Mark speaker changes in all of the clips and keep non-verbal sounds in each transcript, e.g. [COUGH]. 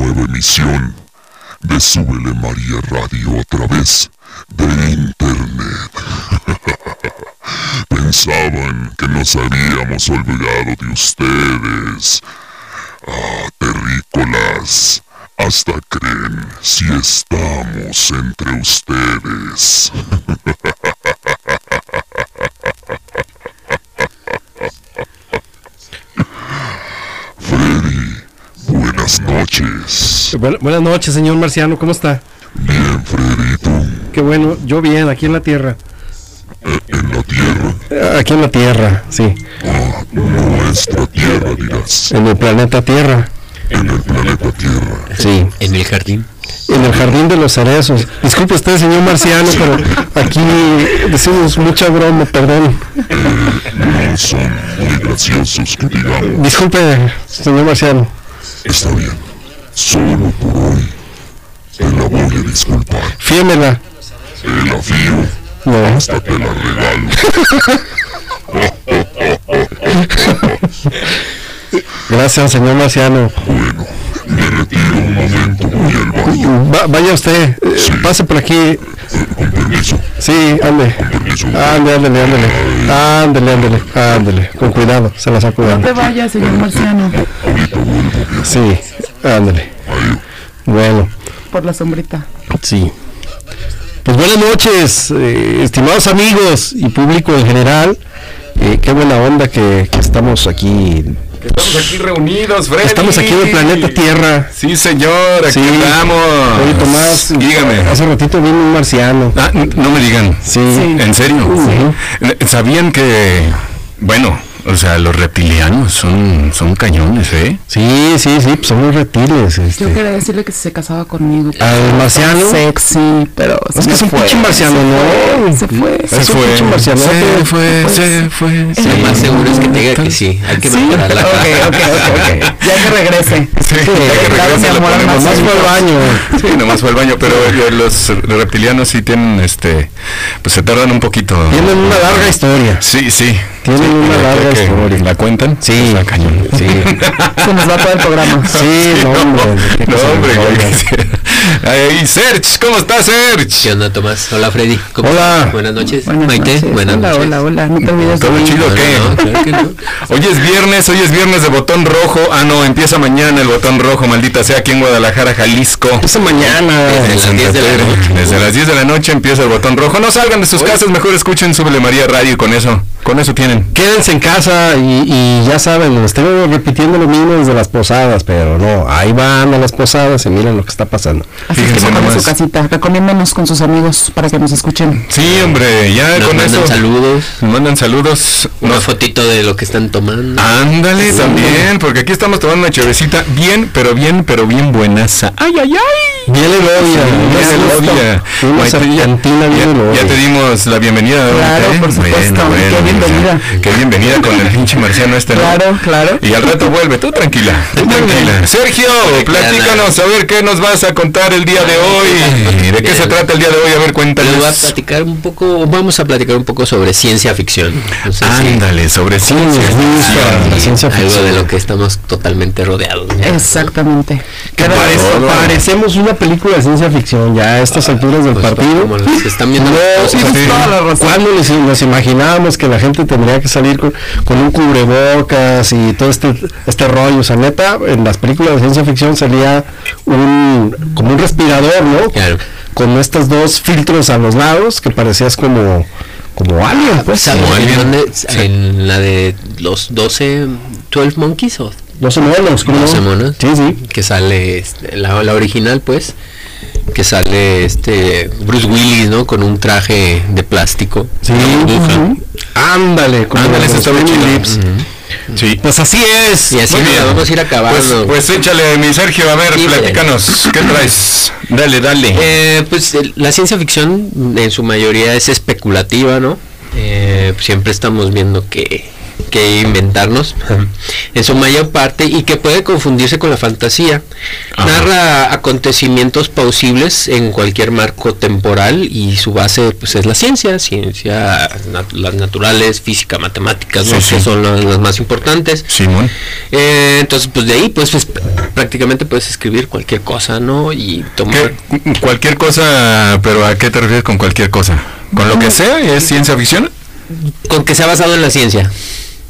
Speaker 1: emisión de Súbele María Radio a través de Internet. [LAUGHS] Pensaban que nos habíamos olvidado de ustedes. Ah, terrícolas. Hasta creen si estamos entre ustedes. Freddy, buenas noches.
Speaker 2: Bu- buenas noches, señor Marciano, ¿cómo está?
Speaker 1: Bien, Fredito,
Speaker 2: Qué bueno, yo bien, aquí en la tierra.
Speaker 1: Eh, en la tierra,
Speaker 2: Eh, Aquí en la tierra, sí,
Speaker 1: ah, nuestra tierra dirás,
Speaker 2: en el planeta Tierra,
Speaker 1: en el planeta Tierra.
Speaker 2: sí,
Speaker 3: En el jardín.
Speaker 2: en el jardín de los cerezos. Disculpe usted, señor Marciano, pero aquí decimos mucha broma, perdón.
Speaker 1: No son muy graciosos que digamos,
Speaker 2: Disculpe, señor Marciano.
Speaker 1: está bien, solo por hoy te la voy a disculpar,
Speaker 2: Fíemela.
Speaker 1: te la fío,
Speaker 2: No,
Speaker 1: hasta te la regalo.
Speaker 2: gracias, señor Marciano.
Speaker 1: Bueno, me retiro un momento, voy al baño,
Speaker 2: Va- vaya usted, eh, pase por aquí.
Speaker 1: con permiso,
Speaker 2: Sí, ande.
Speaker 1: con permiso.
Speaker 2: Ándale, ándale, ándale. Ándale, ándale, ándale. Con cuidado, se la saco.
Speaker 4: No te vayas, señor Marciano,
Speaker 2: Sí, ándale. Bueno,
Speaker 4: por la sombrita.
Speaker 2: sí. Pues buenas noches, eh, estimados amigos y público en general. Eh, qué buena onda que, que estamos aquí.
Speaker 5: Estamos aquí reunidos, Freddy.
Speaker 2: Estamos aquí en el planeta Tierra.
Speaker 5: Sí, señor, aquí
Speaker 2: Sí.
Speaker 5: estamos.
Speaker 2: Oye, Tomás,
Speaker 5: Ah, Dígame.
Speaker 2: hace ratito vino un marciano.
Speaker 5: Ah, n- no me digan.
Speaker 2: Sí.
Speaker 5: ¿En serio?
Speaker 2: Ujú.
Speaker 5: Eh, ¿Sabían que, bueno, o sea, los reptilianos son, son cañones, eh?
Speaker 2: Sí, sí, sí, pues son los reptiles.
Speaker 4: Yo
Speaker 2: Este.
Speaker 4: quería decirle que si se casaba conmigo.
Speaker 2: Al marciano.
Speaker 4: Sexy, pero
Speaker 2: Es que es un pinche marciano, ¿no?
Speaker 4: Se fue.
Speaker 2: Es un pinche marcianote.
Speaker 5: Se fue, se fue.
Speaker 3: Lo
Speaker 5: se
Speaker 3: más
Speaker 5: fue.
Speaker 3: seguro es que te diga que sí. Hay que mejorar la
Speaker 5: Ok, ok, ok, ok.
Speaker 4: Ya que regrese.
Speaker 5: Sí, ya que
Speaker 4: Dado mi
Speaker 5: regresa, le
Speaker 4: amor al
Speaker 5: ponemos
Speaker 2: Nomás
Speaker 5: ahí.
Speaker 2: fue al baño.
Speaker 5: Sí, nomás fue al baño, pero eh, los reptilianos sí tienen, este, pues se tardan un poquito.
Speaker 2: Tienen una larga historia.
Speaker 5: Sí, sí.
Speaker 2: Tienen
Speaker 5: Sí,
Speaker 2: una
Speaker 5: que-
Speaker 2: larga
Speaker 5: que-
Speaker 2: historia.
Speaker 5: ¿La cuentan?
Speaker 2: Sí,
Speaker 5: Está cañón. [LAUGHS]
Speaker 2: sí.
Speaker 4: Se nos va todo el programa.
Speaker 2: Sí, no, hombre. qué
Speaker 5: No,
Speaker 2: cosa
Speaker 5: hombre.
Speaker 2: mejor,
Speaker 5: güey.
Speaker 2: ya.
Speaker 5: Ahí, Serge, ¿cómo estás,
Speaker 3: ¿Qué
Speaker 5: Serge?
Speaker 3: onda, Tomás? Hola, Freddy. ¿Cómo
Speaker 2: Hola.
Speaker 3: estás? Buenas noches.
Speaker 4: Buenas
Speaker 3: Maite,
Speaker 4: noches.
Speaker 3: buenas
Speaker 4: hola,
Speaker 3: noches.
Speaker 4: hola, hola. No te olvides de
Speaker 5: ¿Todo
Speaker 4: mí.
Speaker 5: chido o qué?
Speaker 3: No, no, claro que no.
Speaker 5: Hoy es viernes, hoy es viernes de botón rojo. Ah, no, empieza mañana el botón rojo, maldita sea, aquí en Guadalajara, Jalisco.
Speaker 2: Esa mañana.
Speaker 3: Desde las 10 de la noche.
Speaker 5: Desde las 10 de la noche empieza el botón rojo. No salgan de sus casas, mejor escuchen Súbele María Radio y con eso, con eso tienen.
Speaker 2: Quédense en casa y, y ya saben, les estoy repitiendo lo mismo desde las posadas, pero no, ahí van a las posadas y miren lo que está pasando.
Speaker 4: Así es que
Speaker 5: Fíjense
Speaker 4: pongan en
Speaker 5: nomás.
Speaker 4: su casita. Recomiéndanos con sus amigos para que nos escuchen.
Speaker 5: Sí, hombre, ya
Speaker 3: Nos
Speaker 5: con
Speaker 3: mandan
Speaker 5: eso.
Speaker 3: saludos.
Speaker 5: Nos mandan saludos.
Speaker 3: Una
Speaker 5: Nos-
Speaker 3: fotito de lo que están tomando.
Speaker 5: Ah, Ándale, también, porque aquí estamos tomando una chevecita bien, pero bien, pero bien buenaza.
Speaker 4: Ay, ay, ay.
Speaker 2: Bien el odia,
Speaker 5: Ya se lo odia. Maite, ya-
Speaker 2: Argentina
Speaker 5: ya-
Speaker 2: bien
Speaker 5: ya te dimos la bienvenida. ¿no?
Speaker 4: Claro, por supuesto, qué bienvenida.
Speaker 5: ya. Qué bienvenida con el pinche marciano este. ¿no?
Speaker 4: Claro, claro.
Speaker 5: Y al rato vuelve, tú tranquila. tú tranquila. Sergio, platícanos a ver qué nos vas a contar el día de hoy. ¿De qué se trata el día de hoy? A ver,
Speaker 3: Les voy a
Speaker 5: cuéntanos.
Speaker 3: platicar un poco, vamos a platicar un poco sobre ciencia ficción. No sé si-
Speaker 5: Ándale, sobre ciencia.
Speaker 2: les gusta
Speaker 5: ficción.
Speaker 2: la ciencia
Speaker 3: algo
Speaker 2: ficción.
Speaker 3: de lo que estamos totalmente rodeados. ¿no?
Speaker 4: Exactamente.
Speaker 5: Qué bárbaro.
Speaker 2: Parecemos una película de ciencia ficción ya a estas alturas del
Speaker 3: Pues,
Speaker 2: partido.
Speaker 3: Como los que están viendo.
Speaker 2: No,
Speaker 3: los-
Speaker 2: o sea,
Speaker 5: tienes toda la
Speaker 2: ¿Cuándo nos, nos imaginábamos que la gente tendría que salir con, con un cubrebocas y todo este, este rollo? O sea, neta, en las películas de ciencia ficción salía un, como un respirador, ¿no?
Speaker 3: Claro.
Speaker 2: Con estos dos filtros a los lados que parecías como, como alien, pues.
Speaker 3: ¿Sabes
Speaker 5: Muy
Speaker 3: en
Speaker 5: bien.
Speaker 3: dónde? En la de los 12, 12 Monkeys o
Speaker 2: No se mueven los ¿cómo no?
Speaker 3: 12 monos.
Speaker 2: Sí, sí.
Speaker 3: que sale este, la, la original pues que sale este Bruce Willis no con un traje de plástico
Speaker 2: Sí.
Speaker 3: burbuja.
Speaker 2: Ujú. Ándale, como
Speaker 5: Ándale,
Speaker 2: los
Speaker 5: ese está muy
Speaker 2: Tiny
Speaker 5: chido.
Speaker 2: Lips.
Speaker 5: Sí.
Speaker 2: Pues así es.
Speaker 3: y así
Speaker 5: Muy
Speaker 3: nos
Speaker 5: bien.
Speaker 3: la vamos a ir acabando
Speaker 5: Pues, pues échale, mi Sergio, a ver,
Speaker 3: Sí,
Speaker 5: platícanos. ¿Qué traes? Dale, dale.
Speaker 3: Eh, pues el- la ciencia ficción en su mayoría es especulativa no Eh, siempre estamos viendo que que inventarnos en su mayor parte y que puede confundirse con la fantasía.
Speaker 5: Ajá.
Speaker 3: Narra acontecimientos pausibles en cualquier marco temporal y su base pues es la ciencia, ciencia, nat- las naturales, física, matemáticas, ¿no?
Speaker 5: Sí, sí.
Speaker 3: que son las, las más importantes.
Speaker 5: Simón.
Speaker 3: Eh, entonces pues de ahí pues, pues, prácticamente puedes escribir cualquier cosa, ¿no? Y tomar
Speaker 5: ¿Qué- cu- cualquier cosa, pero ¿a qué te refieres con cualquier cosa? ¿Con lo que
Speaker 3: Mm.
Speaker 5: sea? ¿Es ciencia ficción?
Speaker 3: con que sea basado en la ciencia.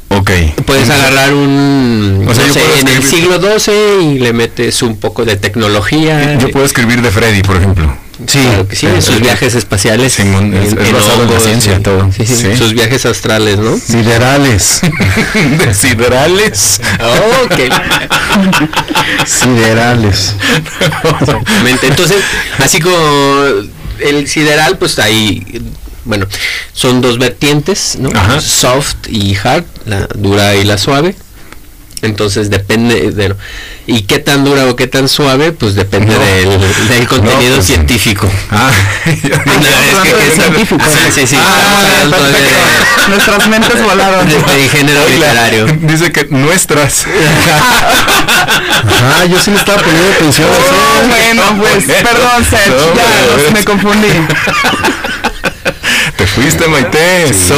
Speaker 5: Ok.
Speaker 3: Puedes agarrar un,
Speaker 5: Mm. O sea,
Speaker 3: no
Speaker 5: yo
Speaker 3: sé,
Speaker 5: puedo
Speaker 3: en el
Speaker 5: escribir-
Speaker 3: siglo XII y le metes un poco de tecnología.
Speaker 5: Yo puedo escribir de Freddy, por ejemplo.
Speaker 3: Sí, claro que sí,
Speaker 5: Eh,
Speaker 3: en sus
Speaker 5: eh,
Speaker 3: viajes espaciales.
Speaker 5: Simón, es- es basado en la
Speaker 3: hongos,
Speaker 5: ciencia,
Speaker 3: sí,
Speaker 5: todo.
Speaker 3: sí, sí,
Speaker 5: Sí.
Speaker 3: Sus viajes astrales, ¿no?
Speaker 2: Siderales.
Speaker 5: de siderales.
Speaker 3: Oh, qué-
Speaker 2: Siderales.
Speaker 3: [LAUGHS] Exactamente. Entonces, así como el sideral, pues ahí, bueno, son dos vertientes, ¿no?
Speaker 5: Ajá.
Speaker 3: Soft y hard, la dura y la suave. Entonces depende de... ¿Y qué tan dura o qué tan suave? Pues depende
Speaker 5: No.
Speaker 3: del, del contenido
Speaker 5: pues,
Speaker 3: científico.
Speaker 5: Ah, [LAUGHS] ya
Speaker 3: No,
Speaker 5: dije,
Speaker 3: es que-
Speaker 5: hablando
Speaker 3: que
Speaker 5: de
Speaker 3: es
Speaker 5: científico.
Speaker 3: Sí, sí, sí.
Speaker 5: Ah,
Speaker 3: Estamos hablando
Speaker 5: pensé que-
Speaker 4: Nuestras mentes volaron.
Speaker 3: de, de género
Speaker 5: Oye,
Speaker 3: literario.
Speaker 5: Dice que nuestras.
Speaker 2: Ah, yo sí le estaba poniendo atención.
Speaker 5: Oh,
Speaker 4: Oh, bueno, pues, perdón, Serge,
Speaker 5: No,
Speaker 4: ya,
Speaker 5: bueno. pues,
Speaker 4: los- me confundí.
Speaker 5: Te fuiste, Maite. Eso.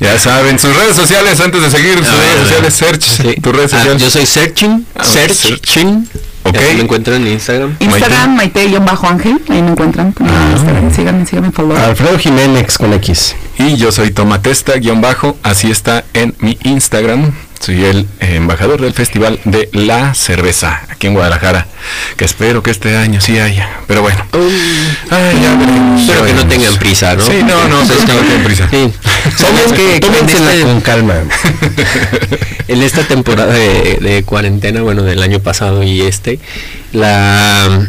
Speaker 5: Ya saben, sus redes sociales, antes de seguir, sus
Speaker 3: A ver,
Speaker 5: redes
Speaker 3: a ver.
Speaker 5: sociales, search.
Speaker 3: Sí.
Speaker 5: Tus redes
Speaker 3: Ah,
Speaker 5: sociales.
Speaker 3: yo soy Searching.
Speaker 5: Ah,
Speaker 3: Searching.
Speaker 5: Ok.
Speaker 3: Así Me encuentran en Instagram.
Speaker 4: Instagram, Maite-Ángel, ahí me encuentran. también en Instagram. Síganme, síganme, por favor.
Speaker 2: Alfredo Jiménez con X.
Speaker 5: Y yo soy Tomatesta, guión bajo, así está en mi Instagram. Soy el eh, embajador del Festival de la Cerveza aquí en Guadalajara, que espero que este año sí haya. Pero bueno, Ay, ya veremos,
Speaker 3: Espero
Speaker 5: ya
Speaker 3: que no
Speaker 5: veremos.
Speaker 3: tengan prisa, ¿no?
Speaker 5: Sí, no, no, creo
Speaker 3: Entonces,
Speaker 5: que no
Speaker 3: este,
Speaker 5: tengan prisa.
Speaker 3: Sí.
Speaker 2: Sabes
Speaker 3: Sabes que
Speaker 2: que
Speaker 3: en,
Speaker 2: tómensela con
Speaker 3: este-
Speaker 2: calma.
Speaker 3: [LAUGHS] en esta temporada de, de cuarentena, bueno, del año pasado y este, la,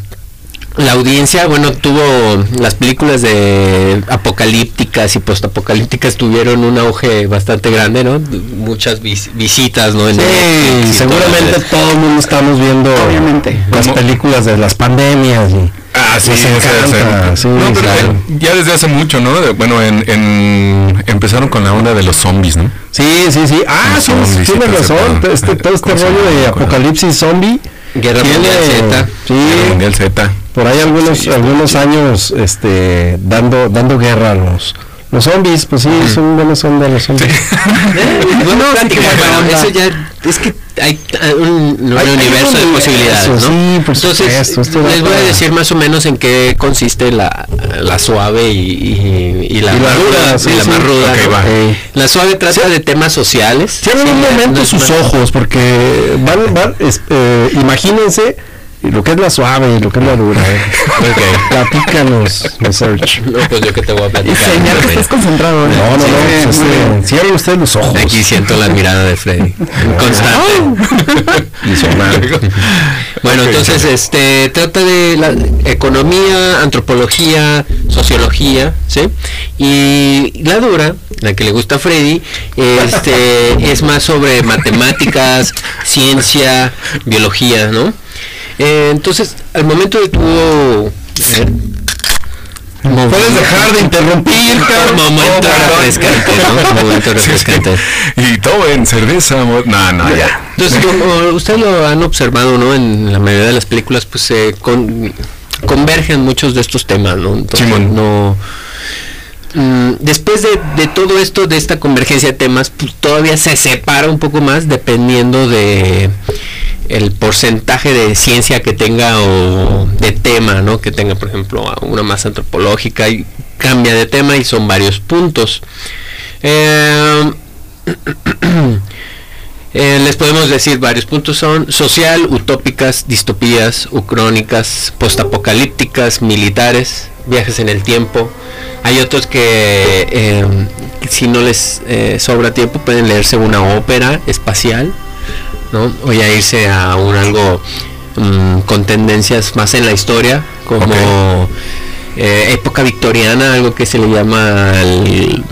Speaker 3: la audiencia, bueno, tuvo las películas de apocalípticas y postapocalípticas tuvieron un auge bastante grande, ¿no? Muchas vis- visitas, ¿no? En Netflix
Speaker 2: Sí,
Speaker 3: y
Speaker 2: seguramente
Speaker 3: todo.
Speaker 2: todo el mundo estamos viendo
Speaker 4: Obviamente.
Speaker 2: las
Speaker 5: ¿Cómo?
Speaker 2: películas de las pandemias. y-
Speaker 5: Ah, sí,
Speaker 2: Les
Speaker 5: sí, sí,
Speaker 2: encanta,
Speaker 5: sí.
Speaker 2: sí,
Speaker 5: No, pero
Speaker 2: claro.
Speaker 5: ya desde hace mucho, ¿no? De- Bueno, en, en- empezaron con la onda de los zombies, ¿no?
Speaker 2: Sí, sí, sí. Ah,
Speaker 5: Los
Speaker 2: sí,
Speaker 5: zombies y
Speaker 2: tienes
Speaker 5: todo ese
Speaker 2: razón.
Speaker 5: pedo.
Speaker 2: Todo este, todo este
Speaker 5: ¿Cómo se
Speaker 2: rollo
Speaker 5: llama?
Speaker 2: de
Speaker 5: ¿Cuál?
Speaker 2: apocalipsis zombie.
Speaker 3: Guerra
Speaker 2: tiene-
Speaker 3: Mundial Z.
Speaker 5: El
Speaker 2: Sí,
Speaker 5: Mundial Z.
Speaker 2: por ahí algunos
Speaker 5: Sí, está
Speaker 2: algunos años este dando dando guerra a los los zombies, pues sí, son buenas ondas los zombies.
Speaker 3: [LAUGHS] Bueno,
Speaker 2: [LAUGHS] No, sí,
Speaker 3: platica,
Speaker 2: qué buena
Speaker 3: bueno,
Speaker 2: onda.
Speaker 3: eso ya es que hay ah, un, un
Speaker 2: Hay- hay
Speaker 3: universo de
Speaker 2: un universo,
Speaker 3: posibilidades, ¿no?
Speaker 2: sí, por
Speaker 3: Entonces,
Speaker 2: supuesto, esto da
Speaker 3: les voy a
Speaker 2: para-
Speaker 3: decir más o menos en qué consiste la, la suave y, y- y la,
Speaker 2: Y la
Speaker 3: más
Speaker 2: ruda,
Speaker 3: ruda,
Speaker 2: sí,
Speaker 3: y la
Speaker 2: sí.
Speaker 3: más ruda,
Speaker 5: Ok,
Speaker 3: ¿no?
Speaker 5: va.
Speaker 2: Eh,
Speaker 3: La suave trata de temas sociales.
Speaker 2: Cierren un
Speaker 3: Sí,
Speaker 2: momento
Speaker 3: no es
Speaker 2: sus
Speaker 3: más-
Speaker 2: ojos, porque van, van, es- eh, imagínense lo que es la suave y lo que es la dura. eh.
Speaker 3: [LAUGHS] Ok.
Speaker 2: Platícanos, research.
Speaker 3: No, pues yo que te voy a
Speaker 4: Y
Speaker 3: platicar.
Speaker 4: señor, que estás concentrado. ¿eh?
Speaker 2: No, no, no.
Speaker 4: Sí,
Speaker 2: este,
Speaker 4: muy bien.
Speaker 2: cierren ustedes los ojos.
Speaker 3: Aquí siento la mirada
Speaker 2: [LAUGHS]
Speaker 3: de Freddy. Constante.
Speaker 2: Y su madre.
Speaker 3: Bueno,
Speaker 5: Ok,
Speaker 3: entonces
Speaker 5: ok.
Speaker 3: este trata de la economía, antropología, sociología, ¿sí? Y la dura, la que le gusta a Freddy,
Speaker 2: [LAUGHS]
Speaker 3: este es más sobre matemáticas, ciencia, biología, ¿no? Eh, entonces, al momento de tu
Speaker 2: Puedes dejar de interrumpir,
Speaker 3: Un
Speaker 2: cabrón.
Speaker 3: [LAUGHS] momento
Speaker 5: Oh, perdón.
Speaker 3: refrescante,
Speaker 2: [LAUGHS]
Speaker 3: ¿no? Un
Speaker 5: Sí,
Speaker 3: momento
Speaker 5: sí.
Speaker 3: refrescante.
Speaker 5: Y todo en cerveza, amor. No, no, ya. [LAUGHS]
Speaker 3: Entonces, como ustedes lo han observado, ¿no? En la mayoría de las películas, pues se con- convergen muchos de estos temas, ¿no? Entonces,
Speaker 5: Simón.
Speaker 3: no. Mm, Después de, de todo esto, de esta convergencia de temas, pues, todavía se separa un poco más dependiendo de el porcentaje de ciencia que tenga o de tema, ¿no? Que tenga, por ejemplo, una más antropológica y cambia de tema y son varios puntos. Eh, [CLEARS THROAT] eh, les podemos decir varios puntos son social, utópicas, distopías, ucrónicas, postapocalípticas, militares, viajes en el tiempo. Hay otros que eh, si no les eh, sobra tiempo pueden leerse una ópera espacial, ¿no? O ya irse a un algo mm, con tendencias más en la historia, como
Speaker 5: Ok.
Speaker 3: eh, época victoriana, algo que se le llama el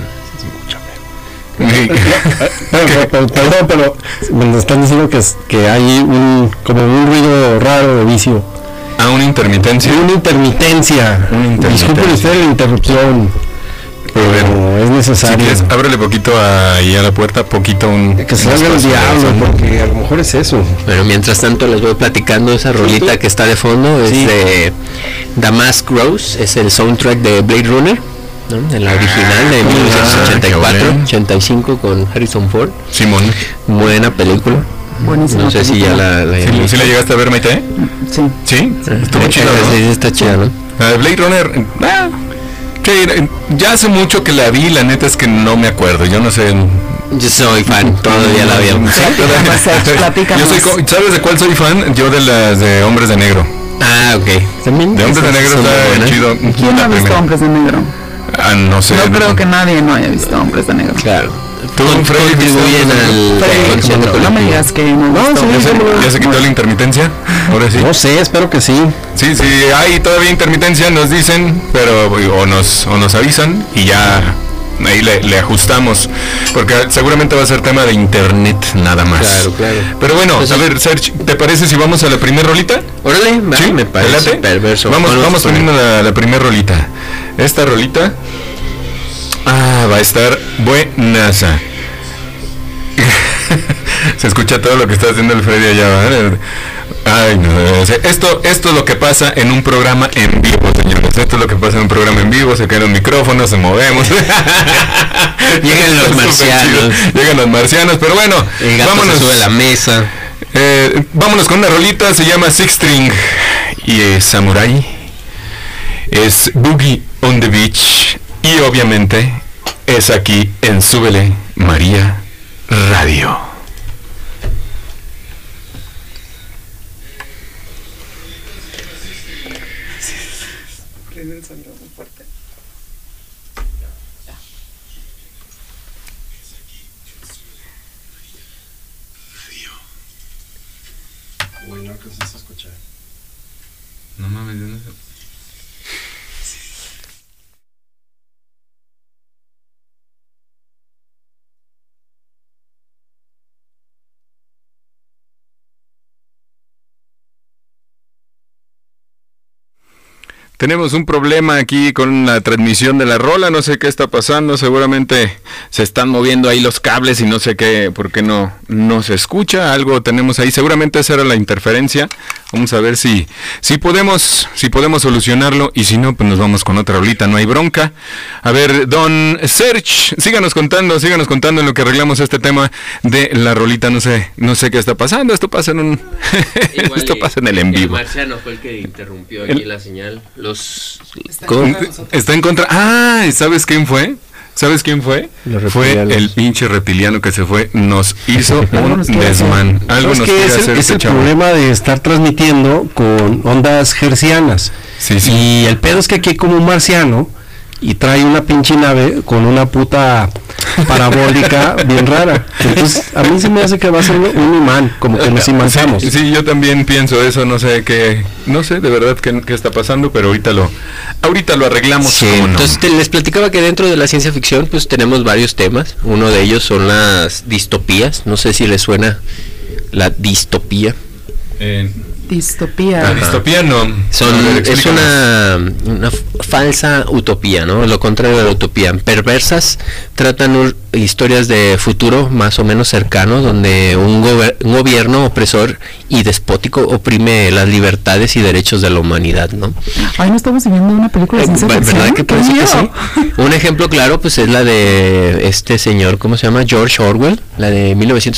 Speaker 2: Pero, pero, Perdón, pero me están diciendo que, es- que hay un, como un ruido raro de vicio.
Speaker 5: A una intermitencia.
Speaker 2: Una intermitencia.
Speaker 5: Una intermitencia.
Speaker 2: Disculpen ustedes la interrupción.
Speaker 5: A ver,
Speaker 2: pero es
Speaker 5: Si
Speaker 2: necesario.
Speaker 5: quieres, ábrele poquito ahí a la puerta, poquito un...
Speaker 2: que
Speaker 3: ah,
Speaker 5: un
Speaker 2: salga el
Speaker 5: espacio de
Speaker 2: diablo,
Speaker 5: eso.
Speaker 2: porque a lo mejor es eso.
Speaker 3: Bueno, mientras tanto les voy platicando esa rolita que está de fondo, es
Speaker 2: Sí.
Speaker 3: de Damask Rose, es el soundtrack de Blade Runner, ¿no? En la original de
Speaker 5: Ah, qué
Speaker 3: 1984,
Speaker 5: bueno.
Speaker 3: 85 con Harrison Ford.
Speaker 5: Simón,
Speaker 3: Buena película.
Speaker 4: Buenísimo.
Speaker 3: No sé si ya la, la
Speaker 5: ¿sí, sí la llegaste a ver, Maite?
Speaker 4: Sí.
Speaker 5: Sí, estuvo
Speaker 3: Eh,
Speaker 5: chida, ¿no?
Speaker 3: sí, sí, está chida, ¿no?
Speaker 5: La de Blade Runner, ah, sí, eh, ya hace mucho que la vi, la neta es que no me acuerdo, yo no sé...
Speaker 3: Yo soy fan, todavía la veo.
Speaker 5: Sí.
Speaker 3: [LAUGHS]
Speaker 4: Platícanos, Sergio,
Speaker 5: [LAUGHS]
Speaker 4: platícanos.
Speaker 5: Yo soy, co- ¿Sabes de cuál soy fan? Yo de las de Hombres de Negro.
Speaker 3: Ah, ok. También
Speaker 5: De Hombres de
Speaker 3: esas
Speaker 5: Negro
Speaker 3: son muy
Speaker 5: está
Speaker 3: buenas.
Speaker 5: chido.
Speaker 4: ¿Quién no
Speaker 5: La
Speaker 4: ha visto
Speaker 5: primera.
Speaker 4: Hombres de Negro?
Speaker 5: Ah, no sé.
Speaker 4: No creo que nadie no haya visto Hombres de Negro.
Speaker 3: Claro.
Speaker 5: Tú,
Speaker 3: Con-
Speaker 5: Freddy, ¿viste
Speaker 3: contribuyen
Speaker 5: Hombres de
Speaker 3: al
Speaker 4: Pero,
Speaker 3: al concepto
Speaker 4: no me
Speaker 3: colectivo.
Speaker 4: digas que no.
Speaker 2: No,
Speaker 4: gustó.
Speaker 2: sí,
Speaker 5: ¿Ya se, ya se quitó la intermitencia? Ahora sí.
Speaker 2: No sé, espero que sí.
Speaker 5: Sí, sí, hay todavía intermitencia, nos dicen, pero o nos, o nos avisan y ya ahí le, le ajustamos. Porque seguramente va a ser tema de internet nada más.
Speaker 3: Claro, claro.
Speaker 5: Pero bueno,
Speaker 3: Pues
Speaker 5: a
Speaker 3: sí.
Speaker 5: ver, Serge, ¿te parece si vamos a la primera rolita?
Speaker 3: Órale, va, me
Speaker 5: ¿te
Speaker 3: parece
Speaker 5: late?
Speaker 3: perverso.
Speaker 5: Vamos,
Speaker 3: Bueno,
Speaker 5: vamos poniendo la, la primera rolita. Esta rolita ah, va a estar buenaza. [LAUGHS] Se escucha todo lo que está haciendo el Freddy allá. ¿verdad? Ay, no, o sea, esto, esto es lo que pasa en un programa en vivo, señores. Esto es lo que pasa en un programa en vivo. Se caen los micrófonos, se movemos.
Speaker 3: [LAUGHS] Llegan
Speaker 5: [LAUGHS]
Speaker 3: los
Speaker 5: Está súper
Speaker 3: marcianos.
Speaker 5: chido. Llegan los marcianos, pero bueno,
Speaker 3: El gato
Speaker 5: vámonos.
Speaker 3: se sube a la mesa.
Speaker 5: Eh, vámonos con una rolita, se llama Six String y es Samurai. Es Boogie on the Beach y obviamente es aquí en Súbele María Radio. Tenemos un problema aquí con la transmisión de la rola, no sé qué está pasando, seguramente se están moviendo ahí los cables y no sé qué, por qué no, no se escucha, algo tenemos ahí, seguramente esa era la interferencia, vamos a ver si, si podemos, si podemos solucionarlo y si no, pues nos vamos con otra rolita, no hay bronca. A ver, don Serge, síganos contando, síganos contando en lo que arreglamos este tema de la rolita, no sé, no sé qué está pasando, esto pasa en un, [LAUGHS] esto pasa en el en vivo.
Speaker 3: marciano fue el que interrumpió
Speaker 5: aquí
Speaker 3: la señal. Los.
Speaker 5: Con- está en contra. Ah, ¿y ¿sabes quién fue? ¿Sabes quién fue?
Speaker 2: Los
Speaker 5: Fue
Speaker 2: reptilianos.
Speaker 5: el pinche reptiliano que se fue. Nos hizo
Speaker 4: Algo
Speaker 5: un
Speaker 4: nos quiere
Speaker 5: desmán. Algo
Speaker 2: Es
Speaker 5: nos
Speaker 2: que
Speaker 5: quiere
Speaker 2: es el,
Speaker 5: hacer
Speaker 2: es
Speaker 5: este
Speaker 2: el
Speaker 5: chavo.
Speaker 2: problema de estar transmitiendo con ondas hercianas.
Speaker 5: Sí, sí.
Speaker 2: Y el pedo es que aquí hay como un marciano y trae una pinche nave con una puta parabólica bien rara. Entonces, a mí se me hace que va a ser un imán, como que nos imanzamos.
Speaker 5: [LAUGHS] Sí, sí, yo también pienso eso, no sé qué, no sé de verdad qué, qué está pasando, pero ahorita lo, ahorita lo arreglamos.
Speaker 3: Sí,
Speaker 5: ¿cómo no?
Speaker 3: entonces te- les platicaba que dentro de la ciencia ficción pues tenemos varios temas. Uno de ellos son las distopías. No sé si les suena la distopía.
Speaker 5: Eh, la
Speaker 4: Distopía.
Speaker 5: distopía no.
Speaker 3: Son,
Speaker 5: A ver,
Speaker 3: es
Speaker 5: explícanos.
Speaker 3: una, una f- falsa utopía, ¿no? Lo contrario de la utopía. Perversas tratan ul- historias de futuro más o menos cercano, donde un, gober- un gobierno opresor y despótico oprime las libertades y derechos de la humanidad, ¿no?
Speaker 4: Ay, no estamos viviendo Pues, una película de
Speaker 3: Eh,
Speaker 4: ciencia
Speaker 3: ¿ver-
Speaker 4: ficción.
Speaker 3: ¿Verdad que
Speaker 4: ¡Qué
Speaker 3: parece que sí?
Speaker 4: miedo! [LAUGHS]
Speaker 3: Un ejemplo claro, pues es la de este señor, ¿cómo se llama? George Orwell, la de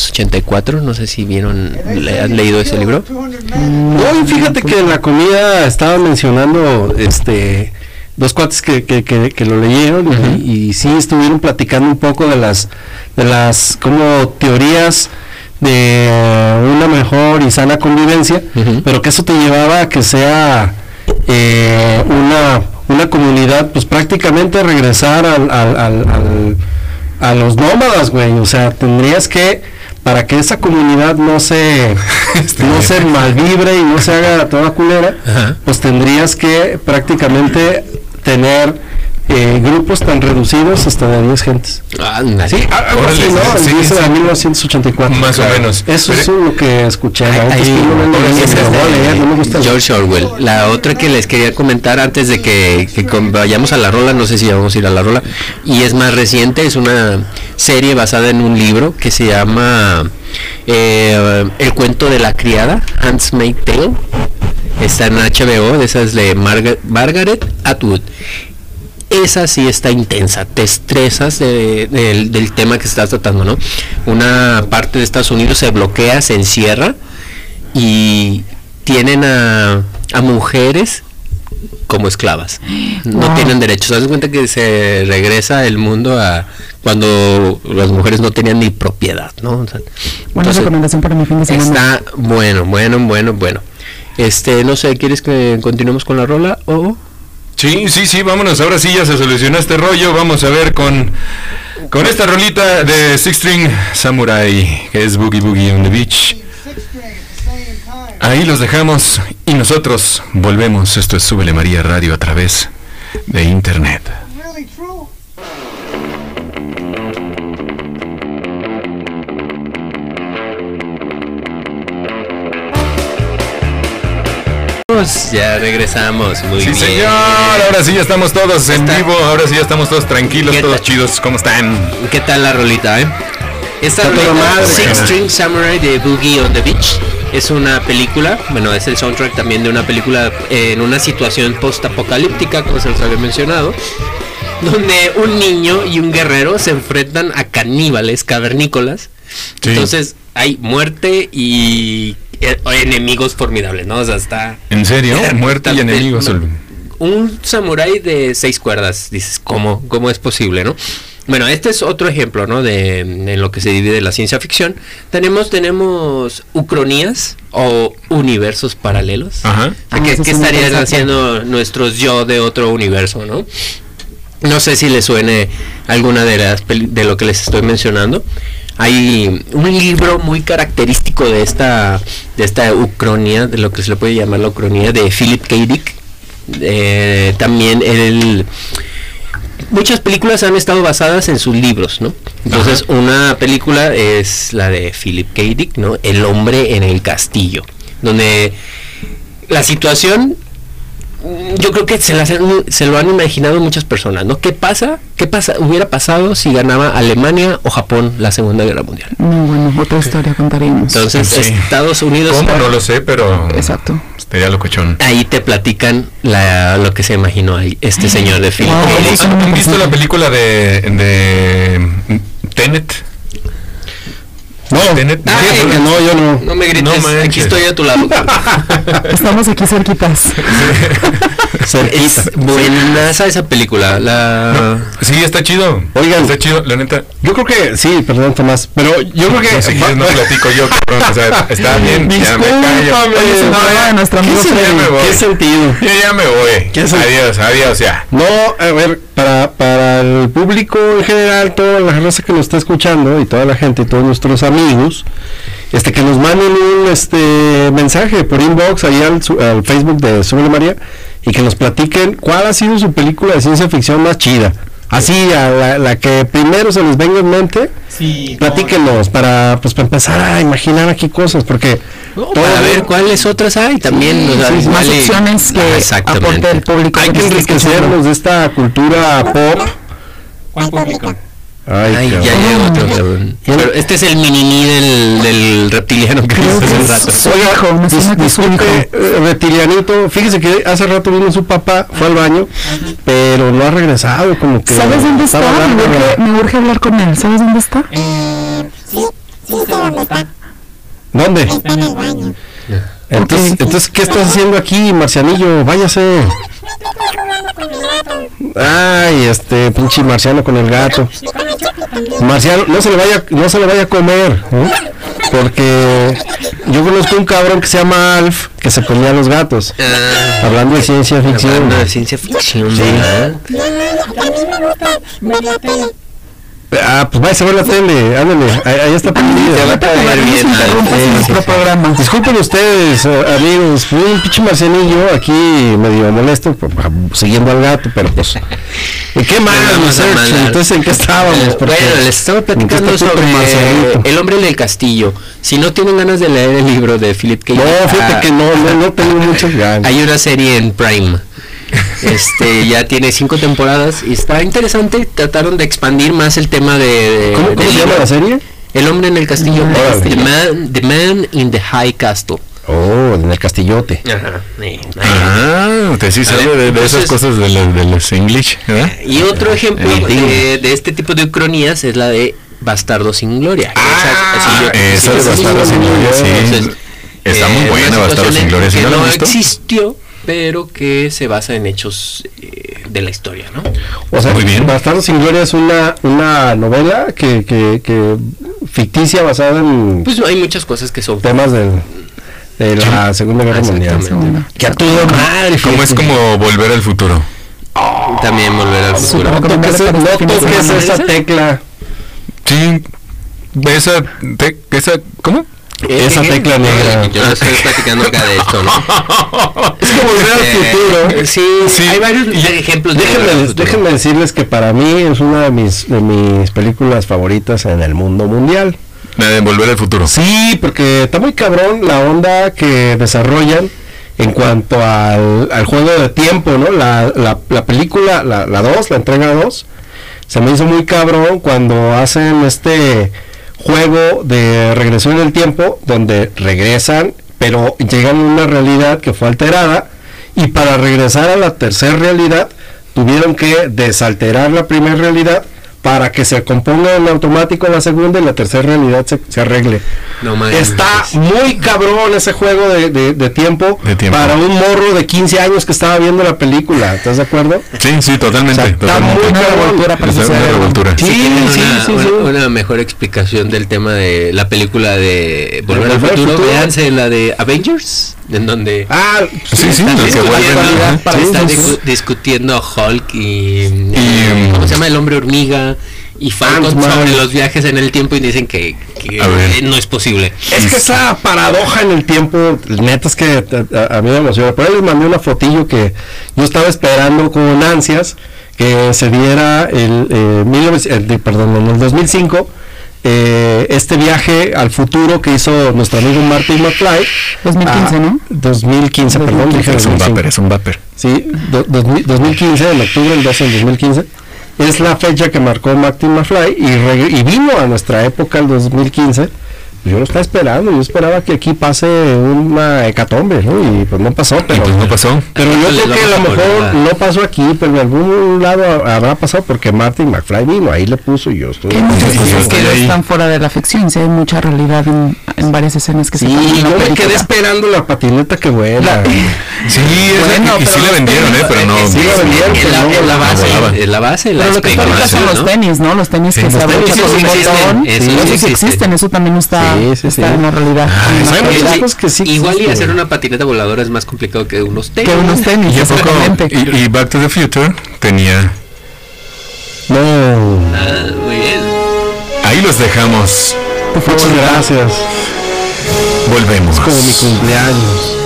Speaker 3: 1984. No sé si vieron, le- han leído ese libro.
Speaker 2: No, y fíjate que en la comida estaba mencionando este dos cuates que, que, que- que lo leyeron y- y, sí estuvieron platicando un poco de las de las como teorías de una mejor y sana convivencia,
Speaker 3: Ujú.
Speaker 2: pero que eso te llevaba a que sea eh, una, una comunidad, pues prácticamente regresar al, al- al- al- a los nómadas, güey. O sea, tendrías que, para que esa comunidad no [LAUGHS] se,
Speaker 5: Este-
Speaker 2: no se malvibre y no se haga toda culera,
Speaker 3: Ajá.
Speaker 2: pues tendrías que prácticamente tener eh, grupos tan reducidos hasta de 10 gentes.
Speaker 3: Ándale.
Speaker 2: Sí, algo así,
Speaker 5: Órale,
Speaker 2: ¿no?
Speaker 5: sí,
Speaker 2: Y eso
Speaker 5: sí.
Speaker 2: era 1984.
Speaker 5: Más o
Speaker 2: Claro.
Speaker 5: menos.
Speaker 2: Eso
Speaker 5: Pero-
Speaker 2: es lo que escuché. La neta es que yo no
Speaker 3: Ahora
Speaker 2: leí,
Speaker 3: sí es
Speaker 2: pero voy a
Speaker 3: de
Speaker 2: leer, ¿eh? no me gusta.
Speaker 3: George Orwell. La otra que les quería comentar antes de que, que con- vayamos a la rola, no sé si vamos a ir a la rola, y es más reciente, es una serie basada en un libro que se llama eh, El cuento de la criada, Hans May Tale. Está en HBO, de esas de Marga- Margaret Atwood. Esa sí está intensa, te estresas de- del- del tema que estás tratando, ¿no? Una parte de Estados Unidos se bloquea, se encierra y tienen a, a mujeres como esclavas. No
Speaker 4: Wow.
Speaker 3: tienen derechos. Haz de cuenta que se regresa el mundo a cuando las mujeres no tenían ni propiedad, ¿no? O sea,
Speaker 4: Buena
Speaker 3: entonces,
Speaker 4: recomendación para mi fin de semana.
Speaker 3: está bueno, bueno, bueno, bueno. Este, no sé, ¿quieres que continuemos con la rola o
Speaker 5: Sí, sí, sí, vámonos. Ahora sí ya se solucionó este rollo. Vamos a ver con, con esta rolita de Six String Samurai, que es Boogie Boogie on the Beach. Ahí los dejamos y nosotros volvemos. Esto es Súbele María Radio a través de Internet.
Speaker 3: Pues ya regresamos? Muy
Speaker 5: Sí,
Speaker 3: bien.
Speaker 5: señor. Ahora sí ya estamos todos en
Speaker 3: Está-
Speaker 5: vivo. Ahora sí ya estamos todos tranquilos,
Speaker 3: ¿Qué
Speaker 5: todos
Speaker 3: tal?
Speaker 5: chidos. ¿Cómo están?
Speaker 3: ¿Qué tal la rolita, eh?
Speaker 2: Está
Speaker 3: Esta
Speaker 2: todo
Speaker 3: rolita,
Speaker 2: madre.
Speaker 3: Six String Samurai de Boogie on the Beach, es una película, bueno, es el soundtrack también de una película eh, en una situación post-apocalíptica, como se los había mencionado, donde un niño y un guerrero se enfrentan a caníbales, cavernícolas.
Speaker 5: Sí.
Speaker 3: Entonces hay muerte y eh, enemigos formidables, ¿no? O sea, está...
Speaker 5: ¿En serio? [LAUGHS] Muerte y
Speaker 3: Tal-
Speaker 5: enemigos.
Speaker 3: no. un samurái de seis cuerdas. Dices, ¿cómo, ¿cómo es posible, no? Bueno, este es otro ejemplo, ¿no? De en lo que se divide la ciencia ficción. Tenemos, tenemos ucronías o universos paralelos.
Speaker 5: Ajá.
Speaker 3: O sea,
Speaker 4: Ah,
Speaker 3: ¿Qué,
Speaker 4: eso
Speaker 3: qué
Speaker 4: sí me
Speaker 3: estarían
Speaker 4: interesa.
Speaker 3: haciendo nuestros yo de otro universo, no? No sé si les suene alguna de las peli- de lo que les estoy mencionando. Hay un libro muy característico de esta de esta ucronía, de lo que se le puede llamar la ucronía de Philip K. Dick. Eh, también él muchas películas han estado basadas en sus libros, ¿no? Entonces, una película es la de Philip K. Dick, ¿no? El hombre en el castillo, donde la situación mm, yo creo que se, las han- se lo han imaginado muchas personas, ¿no? ¿Qué pasa? ¿Qué pasa? hubiera pasado si ganaba Alemania o Japón la Segunda Guerra Mundial?
Speaker 4: No, bueno, otra historia contaremos.
Speaker 3: Entonces,
Speaker 5: Sí.
Speaker 3: Estados Unidos
Speaker 5: ¿Cómo? No lo sé, pero
Speaker 4: Exacto.
Speaker 5: estaría locochón.
Speaker 3: ahí te platican la- lo que se imaginó ahí, este señor de Philip
Speaker 4: Wow.
Speaker 3: K. Dick.
Speaker 4: eso no me
Speaker 5: ¿Han Ah, visto
Speaker 4: pasó.
Speaker 5: la película de, de Tenet?
Speaker 2: No,
Speaker 5: Tenet.
Speaker 3: Ah,
Speaker 5: Sí,
Speaker 3: venga.
Speaker 2: no, yo no.
Speaker 3: No me grites,
Speaker 5: No
Speaker 3: aquí
Speaker 5: manches.
Speaker 3: estoy a
Speaker 4: [LAUGHS]
Speaker 3: tu lado.
Speaker 4: Estamos aquí cerquitas.
Speaker 3: Es buenaza esa película. La...
Speaker 5: [LAUGHS] Sí, está chido.
Speaker 2: Oigan.
Speaker 5: está chido, la neta.
Speaker 2: Yo creo que, sí, perdón Tomás, pero yo creo que...
Speaker 5: No, sé, no platico yo, cabrón. O sea, está bien. Ya me callo.
Speaker 2: Discúlpame.
Speaker 5: Oye,
Speaker 4: se me va de nuestra
Speaker 2: ¿Qué
Speaker 4: música.
Speaker 2: sentido?
Speaker 5: Ya me voy.
Speaker 2: ¿Qué sentido?
Speaker 5: Yo ya me voy.
Speaker 2: ¿Qué es el-
Speaker 5: Adiós, adiós, ya.
Speaker 2: No, a ver, para, para el público en general, toda la raza que nos está escuchando y toda la gente y todos nuestros amigos, este que nos manden un este mensaje por inbox ahí al, su- al Facebook de Sobre María y que nos platiquen cuál ha sido su película de ciencia ficción más chida. Así, a la, la que primero se les venga en mente,
Speaker 6: Sí,
Speaker 2: platíquenos para, pues, para empezar a imaginar aquí cosas, porque... todo-
Speaker 3: para ver cuáles otras hay también. o sea,
Speaker 4: sí, sí. Más
Speaker 3: vale.
Speaker 4: opciones que
Speaker 3: Ah,
Speaker 4: aporte el público.
Speaker 2: Hay que
Speaker 4: nos está escuchando.
Speaker 2: enriquecernos de esta cultura pop.
Speaker 6: ¿cuál público?
Speaker 2: Ay,
Speaker 3: Ay, ya
Speaker 2: cabrón.
Speaker 3: llegó otro, cabrón. Pero este es el mini del, del reptiliano que
Speaker 4: Creo
Speaker 3: vimos hace
Speaker 4: que
Speaker 3: un
Speaker 4: es
Speaker 3: rato.
Speaker 4: su hijo, me suena que es su hijo.
Speaker 2: Disculpe, eh, reptilianito, fíjese que hace rato vino su papá, fue al baño, pero no ha regresado, como que...
Speaker 4: ¿Sabes dónde está?
Speaker 2: estaba
Speaker 4: Me
Speaker 2: hablando,
Speaker 4: urge, me urge hablar con él. ¿Sabes dónde está?
Speaker 2: ¿Dónde?
Speaker 7: Está en el baño.
Speaker 2: Entonces,
Speaker 4: Ok.
Speaker 2: entonces, ¿qué estás haciendo aquí, Marcianillo? Váyase.
Speaker 7: Estoy jugando con mi gato.
Speaker 2: Ay, este pinche marciano con el gato.
Speaker 7: Y con el chupi también.
Speaker 2: Marciano, no se le vaya, no se le vaya a comer, ¿eh? porque yo conozco un cabrón que se llama Alf, que se comía a los gatos,
Speaker 3: Ah,
Speaker 2: hablando de ciencia ficción.
Speaker 3: ¿eh? hablando de ciencia ficción. ¿verdad?
Speaker 7: No, no, a mí me gusta ver la tele.
Speaker 2: Ah, pues váyase a ver la tele, ándale, ahí, ahí está prendida.
Speaker 3: Ya va a caer bien,
Speaker 2: Sí,
Speaker 3: Adal.
Speaker 2: sí, sí. Disculpen ustedes, eh, amigos, fui un pinche marcianillo aquí medio molesto, pues, ah, siguiendo al gato, pero pues. ¿Y qué más,
Speaker 3: Vamos a
Speaker 2: mi Sergio?
Speaker 3: mandar.
Speaker 2: Entonces, ¿en qué estábamos?
Speaker 3: Eh,
Speaker 2: Ah, Porque-
Speaker 3: Bueno, les estaba
Speaker 2: ¿en
Speaker 3: platicando
Speaker 2: qué está tu
Speaker 3: sobre
Speaker 2: marcianito?
Speaker 3: El hombre del castillo. Si no tienen ganas de leer el libro de Philip K.
Speaker 2: No,
Speaker 3: Dick,
Speaker 2: fíjate
Speaker 3: ah,
Speaker 2: que no, no, no tengo muchas ganas.
Speaker 3: Hay una serie en Prime. [LAUGHS] Este ya tiene cinco temporadas y está interesante. Trataron de expandir más el tema de. de-
Speaker 2: ¿Cómo,
Speaker 3: del
Speaker 2: cómo se llama
Speaker 3: libro.
Speaker 2: la serie? Ah,
Speaker 3: El hombre en el castillo.
Speaker 2: Órale.
Speaker 3: The man, The Man in the High Castle.
Speaker 2: Oh, en el castillote.
Speaker 3: Ajá. eh, ahí.
Speaker 5: Ah, te sí sabe de, de esas
Speaker 3: Entonces-
Speaker 5: cosas de, los de los English, ¿verdad?
Speaker 3: Y otro ejemplo
Speaker 5: El Ding.
Speaker 3: de, de este tipo de cronías es la de Bastardo sin Gloria.
Speaker 5: Ah, esa
Speaker 3: sí,
Speaker 5: de
Speaker 3: sí,
Speaker 5: Bastardo
Speaker 3: sí,
Speaker 5: sin
Speaker 3: sí,
Speaker 5: Gloria,
Speaker 3: sí.
Speaker 5: sí.
Speaker 3: Entonces,
Speaker 5: Está muy
Speaker 3: eh,
Speaker 5: buena
Speaker 3: una
Speaker 5: Bastardo
Speaker 3: situación
Speaker 5: sin
Speaker 3: en
Speaker 5: Gloria, ¿sí
Speaker 3: que
Speaker 5: no la
Speaker 3: no
Speaker 5: han visto?
Speaker 3: existió, pero que se basa en hechos eh, de la historia, ¿no?
Speaker 2: O sea,
Speaker 5: Muy bien.
Speaker 2: Bastardo sin Gloria es una, una novela que, que, que ficticia basada en
Speaker 3: Pues no, hay muchas cosas que son.
Speaker 2: temas del, de la Segunda Guerra Mundial.
Speaker 3: Exactamente.
Speaker 2: Que a toda madre.
Speaker 5: ¿Cómo
Speaker 2: fíjate.
Speaker 5: es como volver al futuro?
Speaker 3: También volver al futuro.
Speaker 2: No toques,
Speaker 4: Recomendarle para
Speaker 2: no
Speaker 4: este fin de
Speaker 2: toques
Speaker 4: semana.
Speaker 2: esa tecla.
Speaker 5: Sí, esa, te- esa, ¿cómo?
Speaker 3: Eh,
Speaker 2: Esa
Speaker 3: eh,
Speaker 2: tecla negra.
Speaker 3: Yo no estoy platicando acá de esto, ¿no?
Speaker 2: Es que
Speaker 3: [LAUGHS]
Speaker 2: volver al
Speaker 3: Eh,
Speaker 2: futuro.
Speaker 3: sí,
Speaker 5: Sí.
Speaker 3: hay varios ejemplos. de volver al
Speaker 2: Déjenme,
Speaker 3: futuro.
Speaker 2: déjenme decirles que para mí es una de mis, de mis películas favoritas en el mundo mundial.
Speaker 5: [LAUGHS] La de volver al futuro.
Speaker 2: Sí, porque está muy cabrón la onda que desarrollan en cuanto al, al juego de tiempo, ¿no? La, la, la película, la 2, la, entrega 2, se me hizo muy cabrón cuando hacen este juego de regresión en el tiempo, donde regresan, pero llegan a una realidad que fue alterada, y para regresar a la tercera realidad, tuvieron que desalterar la primera realidad para que se componga en automático la segunda y la tercera realidad se- se arregle.
Speaker 3: No mames. pues.
Speaker 2: Está muy cabrón ese juego de, de- de tiempo
Speaker 5: De tiempo.
Speaker 2: para un morro de 15 años que estaba viendo la película. ¿Estás de acuerdo?
Speaker 5: Sí, sí,
Speaker 2: O
Speaker 5: totalmente.
Speaker 2: sea, está
Speaker 5: totalmente. Pues
Speaker 2: muy cabrón.
Speaker 5: para Está su una cerebro. revoltura.
Speaker 2: Sí,
Speaker 3: Si quieren
Speaker 2: sí,
Speaker 3: una,
Speaker 2: sí,
Speaker 3: una-
Speaker 2: sí.
Speaker 3: una mejor explicación del tema de la película de Volver al
Speaker 2: Volver al
Speaker 3: Futuro,
Speaker 2: futuro.
Speaker 3: véanse la de Avengers, en donde
Speaker 2: Ah,
Speaker 5: Sí, sí,
Speaker 3: están
Speaker 5: los que
Speaker 3: discutiendo-
Speaker 5: vuelven
Speaker 2: realidad
Speaker 5: ajá.
Speaker 2: para
Speaker 3: sí, están
Speaker 2: sí,
Speaker 3: discu-
Speaker 2: sí.
Speaker 3: discutiendo a Hulk y, eh,
Speaker 5: Y,
Speaker 3: ¿cómo se llama? El hombre hormiga y Falcon
Speaker 2: Ant-Man.
Speaker 3: sobre los viajes en el tiempo y dicen que, que
Speaker 5: A ver.
Speaker 3: eh, no es posible.
Speaker 2: es que esa paradoja en el tiempo, neta es que a, a- a mí me emociona. Por ahí les mandé una fotillo que yo estaba esperando con ansias que se diera el, eh, 19 el de- perdón, en el 2005 eh, este viaje al futuro que hizo nuestro amigo Martin McFly.
Speaker 4: 2015,
Speaker 2: Ah,
Speaker 4: ¿no?
Speaker 2: 2015, perdón, dije
Speaker 5: Es un
Speaker 2: 2005.
Speaker 5: vapor, es un vapor.
Speaker 2: Sí, do- dos mil- 2015, en octubre del 12 del 2015, es la fecha que marcó Martin McFly y, reg- y vino a nuestra época el 2015. Yo lo estaba esperando, yo esperaba que aquí pase una hecatombe, ¿no? Y pues no pasó,
Speaker 5: Y
Speaker 2: pero...
Speaker 5: pues no pasó.
Speaker 2: Pero yo
Speaker 3: Entonces
Speaker 2: creo
Speaker 3: les
Speaker 2: que a
Speaker 3: vamos
Speaker 2: lo
Speaker 3: a poner
Speaker 2: mejor
Speaker 3: la-
Speaker 2: no pasó aquí, pero en algún lado ha- habrá pasado porque Martin McFly vino, ahí le puso y yo estuve...
Speaker 4: Que hay muchas
Speaker 5: Sí, yo
Speaker 4: cosas
Speaker 5: estoy
Speaker 4: que no
Speaker 5: ahí.
Speaker 4: están fuera de la ficción, sí hay mucha realidad en, en varias escenas que
Speaker 2: Sí,
Speaker 4: se pasan en la
Speaker 2: yo me
Speaker 4: película.
Speaker 2: quedé esperando la patineta que vuela.
Speaker 5: Sí, es la
Speaker 4: Bueno,
Speaker 5: que- y sí
Speaker 4: pero-
Speaker 5: la vendieron, ¿eh? Pero no.
Speaker 2: Sí la vendieron,
Speaker 3: Es la,
Speaker 2: pero no
Speaker 3: es la
Speaker 2: volaba.
Speaker 3: base,
Speaker 5: volaba.
Speaker 3: es eh, la base, la
Speaker 4: Pero lo que está ahorita
Speaker 3: explicación,
Speaker 4: son los
Speaker 3: ¿no?
Speaker 4: tenis, ¿no? Los tenis
Speaker 5: Sí,
Speaker 4: que se
Speaker 5: los
Speaker 4: abrochan
Speaker 3: tenis
Speaker 4: con
Speaker 3: sí
Speaker 4: un
Speaker 3: existen,
Speaker 4: botón.
Speaker 3: eso
Speaker 4: Sí,
Speaker 3: sí
Speaker 4: Eso sí
Speaker 3: existe.
Speaker 4: existen, eso también está,
Speaker 2: Sí, sí,
Speaker 4: está
Speaker 2: sí.
Speaker 4: en la realidad. En la
Speaker 2: hay muchas
Speaker 4: realidad. pues,
Speaker 2: cosas que sí
Speaker 3: Ah, Igual y
Speaker 2: existen.
Speaker 3: hacer una patineta voladora es más complicado que unos tenis.
Speaker 4: Que unos tenis,
Speaker 5: Y a poco.
Speaker 4: exactamente.
Speaker 5: Y, y Back to the Future tenía.
Speaker 2: No,
Speaker 3: Ah, muy bien.
Speaker 5: Ahí los dejamos.
Speaker 2: muchas gracias,
Speaker 5: Volvemos.
Speaker 2: como mi cumpleaños.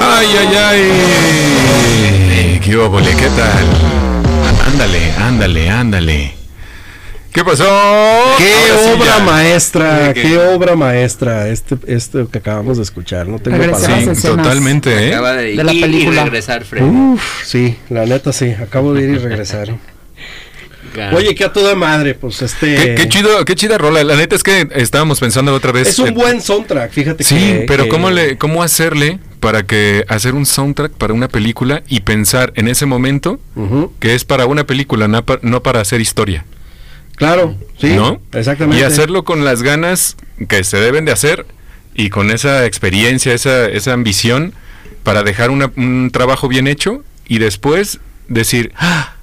Speaker 5: Ay, ay, ay. ¿Qué óvole? ¿Qué tal? Ándale, ándale, ándale. ¿Qué pasó?
Speaker 2: ¡Qué
Speaker 5: Ahora sí
Speaker 2: obra
Speaker 5: ya.
Speaker 2: maestra!
Speaker 5: Sí, que-
Speaker 2: ¡Qué obra maestra! Este, este que acabamos de escuchar, no tengo
Speaker 4: Regresa.
Speaker 2: palabras.
Speaker 4: Las
Speaker 5: Sí,
Speaker 4: escenas.
Speaker 5: totalmente, ¿eh?
Speaker 3: Acaba de,
Speaker 4: De la
Speaker 3: ir
Speaker 4: película.
Speaker 3: y regresar, Fred.
Speaker 2: Uf, sí, la neta sí, acabo de ir y
Speaker 5: [LAUGHS]
Speaker 2: regresar.
Speaker 3: Claro.
Speaker 2: Oye, que a toda madre, pues este...
Speaker 5: Qué, qué chido, qué chida rola. La neta es que estábamos pensando otra vez.
Speaker 2: Es un
Speaker 5: eh,
Speaker 2: buen soundtrack, fíjate
Speaker 5: Sí,
Speaker 2: que-
Speaker 5: pero
Speaker 2: que-
Speaker 5: ¿cómo, le, ¿cómo hacerle para que hacer un soundtrack para una película y pensar en ese momento
Speaker 2: Ujú,
Speaker 5: que es para una película, na- pa- no para, hacer historia?
Speaker 2: Claro, sí,
Speaker 5: ¿no?
Speaker 2: exactamente.
Speaker 5: Y hacerlo con las ganas que se deben de hacer y con esa experiencia, esa, esa ambición para dejar una- un trabajo bien hecho y después decir, "Ah,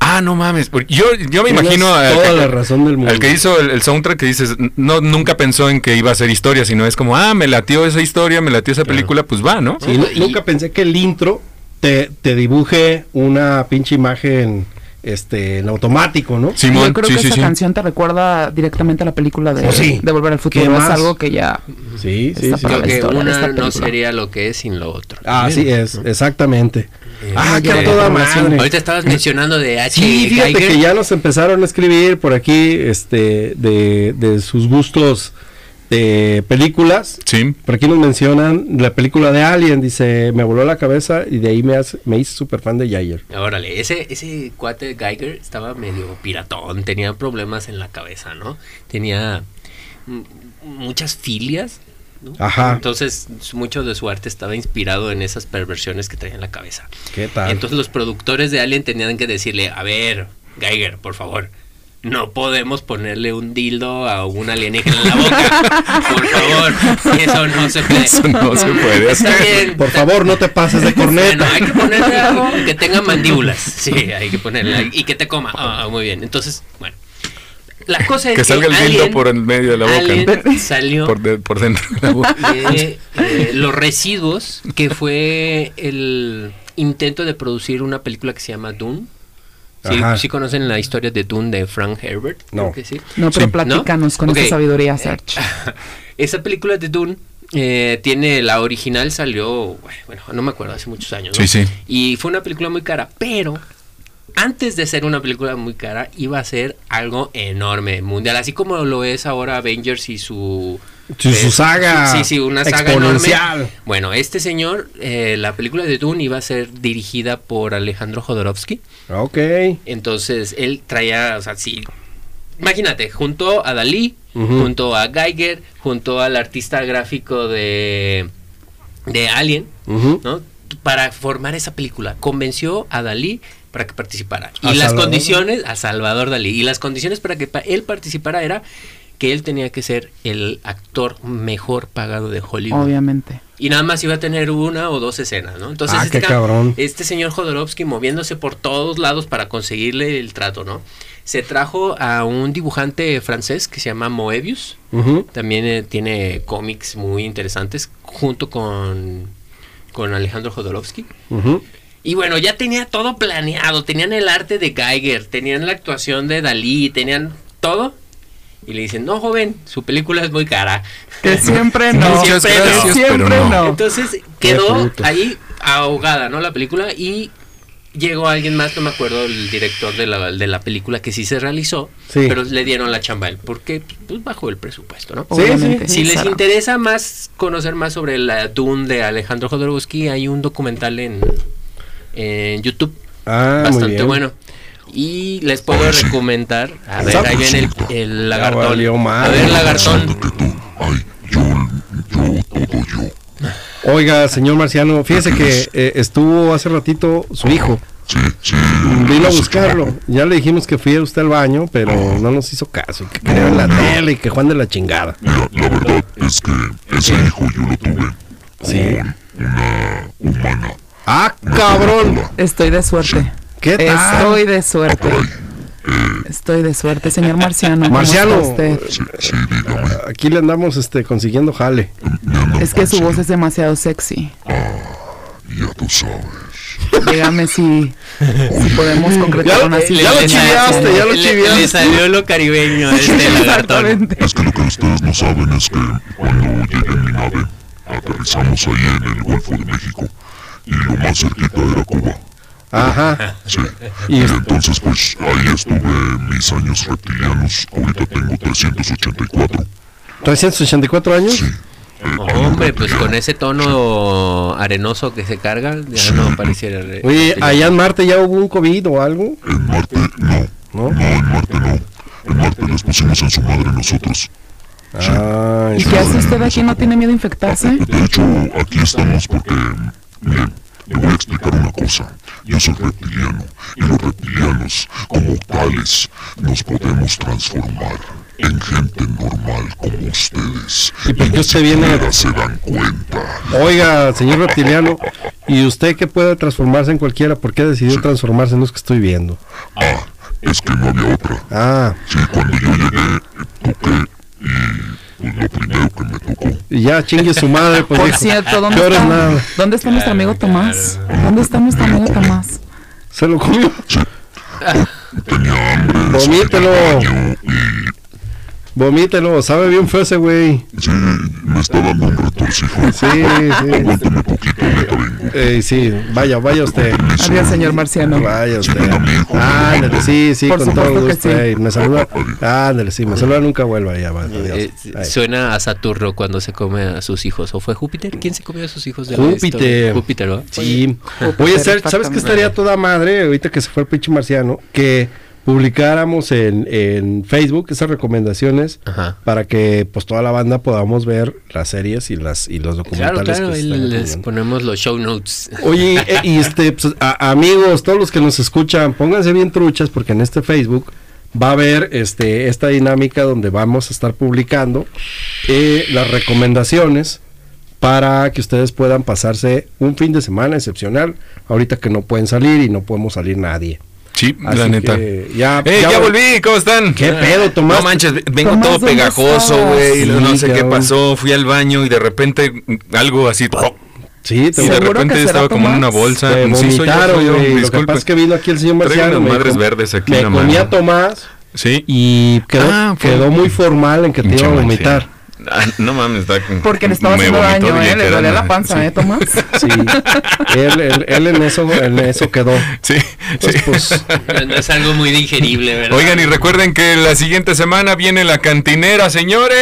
Speaker 5: ah, no mames. porque Yo, yo
Speaker 2: Tienes
Speaker 5: me imagino al
Speaker 2: toda
Speaker 5: que-
Speaker 2: la razón del mundo.
Speaker 5: al que hizo el, el soundtrack que dices, no, nunca pensó en que iba a ser historia, sino es como, ah, me latió esa historia, me latió esa película, pues va, ¿no?
Speaker 2: Sí, nu- nunca pensé que el intro te, te dibuje una pinche imagen este, en automático, ¿no?
Speaker 5: Simón,
Speaker 4: Yo creo
Speaker 5: sí,
Speaker 4: que
Speaker 5: sí,
Speaker 4: esa
Speaker 5: sí.
Speaker 4: canción te recuerda directamente a la película de,
Speaker 2: Oh, sí.
Speaker 4: de Volver al
Speaker 2: ¿Qué
Speaker 4: Futuro. Es
Speaker 2: más?
Speaker 4: algo que ya.
Speaker 2: Sí, sí,
Speaker 4: Está
Speaker 2: sí.
Speaker 4: para
Speaker 3: Lo
Speaker 4: la
Speaker 3: que
Speaker 4: historia de esta
Speaker 3: una no
Speaker 4: película.
Speaker 3: sería lo que es sin lo otro.
Speaker 2: Así es, exactamente. Ah,
Speaker 3: Este,
Speaker 2: que a toda madre.
Speaker 3: Ahorita estabas mencionando de H.
Speaker 2: Sí, fíjate
Speaker 3: Geiger.
Speaker 2: que ya nos empezaron a escribir por aquí este, de, de sus gustos de películas.
Speaker 5: Sí.
Speaker 2: Por aquí nos mencionan la película de Alien, dice, me voló la cabeza y de ahí me, hace- me hice súper fan de Jair.
Speaker 3: Órale, ese, ese cuate Geiger estaba medio piratón, tenía problemas en la cabeza, ¿no? Tenía mm, muchas filias. ¿no?
Speaker 2: Ajá.
Speaker 3: Entonces, su- mucho de su arte estaba inspirado en esas perversiones que traía en la cabeza.
Speaker 2: ¿Qué tal?
Speaker 3: Entonces, los productores de Alien tenían que decirle: A ver, Geiger, por favor. No podemos ponerle un dildo a un alienígena en la
Speaker 5: [LAUGHS]
Speaker 3: boca. Por favor, eso no se puede.
Speaker 5: Eso no se puede
Speaker 3: Está
Speaker 5: hacer.
Speaker 3: bien,
Speaker 2: por
Speaker 3: está-
Speaker 2: favor, no te pases
Speaker 3: [LAUGHS]
Speaker 2: de
Speaker 3: bueno,
Speaker 2: corneta.
Speaker 3: hay que
Speaker 2: [LAUGHS]
Speaker 3: ponerle algo que tenga mandíbulas. Sí, hay que ponerle. Y que te coma. Ah, muy bien. Entonces, bueno. La cosa es
Speaker 5: Que salga el dildo
Speaker 3: Alien-
Speaker 5: por el medio de la boca,
Speaker 3: Alien
Speaker 5: ¿no?
Speaker 3: salió
Speaker 5: por, de- por dentro de la
Speaker 4: [LAUGHS]
Speaker 5: boca.
Speaker 3: de eh, los residuos que fue el intento de producir una película que se llama Dune. ¿Sí,
Speaker 2: Ajá.
Speaker 3: sí conocen la historia de Dune de Frank Herbert? Creo
Speaker 2: No.
Speaker 3: que sí.
Speaker 4: No, Eh, pero
Speaker 5: Sí.
Speaker 4: platícanos con
Speaker 3: Ok.
Speaker 4: esa sabiduría, Serge.
Speaker 3: [LAUGHS] Esa película de Dune eh, tiene la original salió, bueno, no me acuerdo, hace muchos años. ¿no?
Speaker 5: Sí, sí.
Speaker 3: Y fue una película muy cara, pero antes de ser una película muy cara iba a ser algo enorme, mundial, así como lo es ahora Avengers y su pues,
Speaker 2: Sí, su saga
Speaker 3: Sí, sí, una saga
Speaker 2: exponencial.
Speaker 3: enorme. Bueno, este señor, eh, la película de Dune iba a ser dirigida por Alejandro Jodorowsky.
Speaker 2: Ok.
Speaker 3: Entonces él traía, o sea, sí. Imagínate, junto a Dalí,
Speaker 2: Ujú.
Speaker 3: junto a Geiger, junto al artista gráfico de, de Alien,
Speaker 2: Ujú.
Speaker 3: ¿no? Para formar esa película. Convenció a Dalí para que participara. Y
Speaker 2: ¿A
Speaker 3: las
Speaker 2: Salvador?
Speaker 3: condiciones, a Salvador Dalí, y las condiciones para que pa- él participara era que él tenía que ser el actor mejor pagado de
Speaker 4: eh,
Speaker 3: Hollywood.
Speaker 4: Obviamente.
Speaker 3: Y nada más iba a tener una o dos escenas, ¿no? Entonces,
Speaker 2: Ah,
Speaker 3: este,
Speaker 2: qué
Speaker 3: ca-
Speaker 2: cabrón.
Speaker 3: este señor Jodorowsky moviéndose por todos lados para conseguirle el trato, ¿no? Se trajo a un dibujante francés que se llama Moebius.
Speaker 2: Ujú.
Speaker 3: También eh, tiene cómics muy interesantes junto con, con Alejandro Jodorowsky.
Speaker 2: Ujú.
Speaker 3: Y bueno, ya tenía todo planeado. Tenían el arte de Geiger, tenían la actuación de Dalí, tenían todo. Y le dicen, no, joven, su película es muy cara. [LAUGHS]
Speaker 4: Que siempre
Speaker 5: no.
Speaker 4: [LAUGHS] no.
Speaker 5: Muchas
Speaker 4: Que
Speaker 5: gracias,
Speaker 4: siempre
Speaker 5: pero no.
Speaker 4: no.
Speaker 3: Entonces quedó ahí ahogada, ¿no? La película y llegó alguien más, no me acuerdo el director de la, de la película que sí se realizó,
Speaker 2: Sí.
Speaker 3: pero le dieron la chamba a él, porque pues, bajo el presupuesto, ¿no?
Speaker 2: Sí,
Speaker 4: Obviamente.
Speaker 3: Si les
Speaker 4: Sara.
Speaker 3: interesa más conocer más sobre la Dune de Alejandro Jodorowsky, hay un documental en, en YouTube
Speaker 2: Ah, muy
Speaker 3: bastante
Speaker 2: bien.
Speaker 3: bueno. Y les puedo recomendar, a ver,
Speaker 2: Está
Speaker 3: ahí viene el, el lagartón.
Speaker 2: valió
Speaker 3: A
Speaker 2: madre.
Speaker 3: ver, lagartón.
Speaker 1: Siéntate tú. Ay, yo, yo, todo yo.
Speaker 2: Oiga, señor Marciano, fíjese que eh, estuvo hace ratito su hijo.
Speaker 1: Sí, sí.
Speaker 2: Vino a
Speaker 1: ese
Speaker 2: buscarlo.
Speaker 1: chamaco.
Speaker 2: Ya le dijimos que fui a usted al baño, pero no nos hizo caso. y Que quería ver la tele y que Juan de la chingada.
Speaker 1: Mira, la verdad es que ese hijo yo lo tuve
Speaker 2: Sí.
Speaker 1: humana.
Speaker 2: Ah, cabrón.
Speaker 4: Estoy de suerte.
Speaker 2: ¿Qué tal?
Speaker 4: Estoy de suerte. Estoy de suerte, señor eh. Marciano. ¿cómo está
Speaker 2: Marciano.
Speaker 4: usted?
Speaker 2: Aquí le andamos este, consiguiendo jale.
Speaker 4: Es que su voz es demasiado sexy.
Speaker 2: Ah,
Speaker 1: Ya tú sabes.
Speaker 4: Dígame si, si podemos concretar
Speaker 2: Ya-
Speaker 4: una este
Speaker 2: ya lo
Speaker 4: cita.
Speaker 3: Le salió-
Speaker 2: chiviaste, ya lo
Speaker 3: le- Le
Speaker 2: chiviaste.
Speaker 3: salió lo caribeño
Speaker 2: [LAUGHS]
Speaker 3: a este lagartón.
Speaker 4: Exactamente.
Speaker 1: Es que lo que ustedes no saben es que cuando llegué en mi nave, aterrizamos ahí en el Golfo de México. Y lo más cerquita era Cuba.
Speaker 2: Ajá.
Speaker 1: Sí.
Speaker 2: Y- este,
Speaker 1: Y entonces pues ahí estuve mis años reptilianos. Ahorita tengo 384.
Speaker 2: 384 años.
Speaker 3: Hombre, pues con ese tono arenoso que se carga, ya no pareciera. re-
Speaker 2: Oye, allá en Marte ya hubo un COVID o algo.
Speaker 1: En Marte no.
Speaker 2: ¿No?
Speaker 1: No, en Marte no. En Marte les pusimos en su madre nosotros.
Speaker 2: Ay,
Speaker 4: ¿Y qué hace usted aquí? ¿No tiene miedo
Speaker 2: [LAUGHS]
Speaker 4: a infectarse?
Speaker 1: De hecho, aquí estamos porque, miren, le voy a explicar una cosa. Yo soy reptiliano y los reptilianos, como tales, nos podemos transformar. en gente normal como ustedes.
Speaker 2: ¿Y por qué
Speaker 1: ni
Speaker 2: usted viene-
Speaker 1: siquiera se dan cuenta.
Speaker 2: Oiga, señor reptiliano, ¿y usted que puede transformarse en cualquiera? ¿Por qué decidió transformarse? No es que estoy viendo.
Speaker 1: Ah, es que no había otra.
Speaker 2: Ah,
Speaker 1: Sí, cuando yo llegué, toqué y pues, lo primero que me tocó.
Speaker 2: y ya chingue su madre, pues.
Speaker 4: Por
Speaker 2: dijo,
Speaker 4: cierto, ¿dónde
Speaker 2: peor es
Speaker 4: está,
Speaker 2: nada.
Speaker 4: ¿dónde está nuestro amigo Tomás? ¿Dónde está nuestro amigo Tomás?
Speaker 2: Se lo comió.
Speaker 1: Tenía hambre,
Speaker 2: Vomítelo. Vomítelo, sabe bien feo ese güey.
Speaker 1: sí, me está dando un retorcijo.
Speaker 2: Sí, sí.
Speaker 1: Aguántame poquito, ahorita vengo.
Speaker 2: Eh, sí, vaya, vaya usted.
Speaker 4: Adiós, señor Marciano.
Speaker 2: Vaya usted. Ándale, sí, sí,
Speaker 4: Por
Speaker 2: con todo
Speaker 4: supuesto que
Speaker 2: gusto.
Speaker 4: sí.
Speaker 2: ey, me saluda. Ándale, sí, me saluda, nunca vuelva ya. va, adiós.
Speaker 3: Eh,
Speaker 2: Ey.
Speaker 3: suena a Saturno cuando se come a sus hijos. ¿O fue Júpiter? ¿Quién se comió a sus hijos? de la
Speaker 2: Júpiter.
Speaker 3: historia? Júpiter, ¿verdad?
Speaker 2: Sí. Oye, Ser, ¿sabes qué
Speaker 4: exactamente.
Speaker 2: estaría toda madre ahorita que se fue el pinche marciano? Que publicáramos en, en Facebook esas recomendaciones
Speaker 3: Ajá.
Speaker 2: para que pues toda la banda podamos ver las series y las y los documentales
Speaker 3: Claro, claro,
Speaker 2: que se
Speaker 3: ahí
Speaker 2: están
Speaker 3: les
Speaker 2: poniendo.
Speaker 3: ponemos los show notes. [LAUGHS]
Speaker 2: Oye, eh, y este, pues, a- amigos, todos los que nos escuchan, pónganse bien truchas porque en este Facebook va a haber este, esta dinámica donde vamos a estar publicando eh, las recomendaciones para que ustedes puedan pasarse un fin de semana excepcional, ahorita que no pueden salir y no podemos salir nadie.
Speaker 5: Sí,
Speaker 2: Así
Speaker 5: la neta.
Speaker 2: que ya-
Speaker 5: ¡Ey,
Speaker 2: ya
Speaker 5: ya
Speaker 2: vol-
Speaker 5: volví! ¿Cómo están?
Speaker 2: ¿Qué pedo, Tomás?
Speaker 5: No manches, vengo
Speaker 4: Tomás,
Speaker 5: todo
Speaker 4: ¿dónde
Speaker 5: pegajoso,
Speaker 4: estabas?
Speaker 5: güey. no
Speaker 2: Sí,
Speaker 5: sé qué
Speaker 2: cabrón.
Speaker 5: pasó. Fui al baño y de repente mm, algo así.
Speaker 2: Sí,
Speaker 5: Y de
Speaker 4: ¿Seguro que
Speaker 5: repente
Speaker 4: será
Speaker 5: estaba como en
Speaker 4: Tomás?
Speaker 5: una bolsa.
Speaker 2: Te
Speaker 5: Sí, soy yo,
Speaker 2: vomitaron,
Speaker 5: soy yo,
Speaker 2: güey. Lo que
Speaker 5: disculpe.
Speaker 2: pasa es que vino aquí el señor
Speaker 5: Traigo
Speaker 2: Marciano.
Speaker 5: unas
Speaker 2: me
Speaker 5: madres
Speaker 2: com-
Speaker 5: verdes aquí,
Speaker 2: me
Speaker 5: no
Speaker 2: comí a
Speaker 5: mames.
Speaker 2: Tomás
Speaker 5: Sí.
Speaker 2: y quedó,
Speaker 5: Ah, fue-
Speaker 2: quedó muy formal en que te
Speaker 5: Pinche
Speaker 2: iba a
Speaker 5: Marciano.
Speaker 2: vomitar.
Speaker 5: Ah, no mames, está con-
Speaker 4: Porque le estaba
Speaker 5: me
Speaker 4: haciendo
Speaker 5: vomitó
Speaker 4: daño, ¿eh? Le dolía la
Speaker 5: literalmente,
Speaker 4: panza,
Speaker 5: sí.
Speaker 4: ¿eh, Tomás?
Speaker 2: Sí, él, él- él en, eso, en eso quedó.
Speaker 5: [LAUGHS] Sí,
Speaker 2: Pues,
Speaker 5: sí.
Speaker 2: pues,
Speaker 3: No, no es algo muy digerible, ¿verdad?
Speaker 5: Oigan, y recuerden que la siguiente semana viene la cantinera,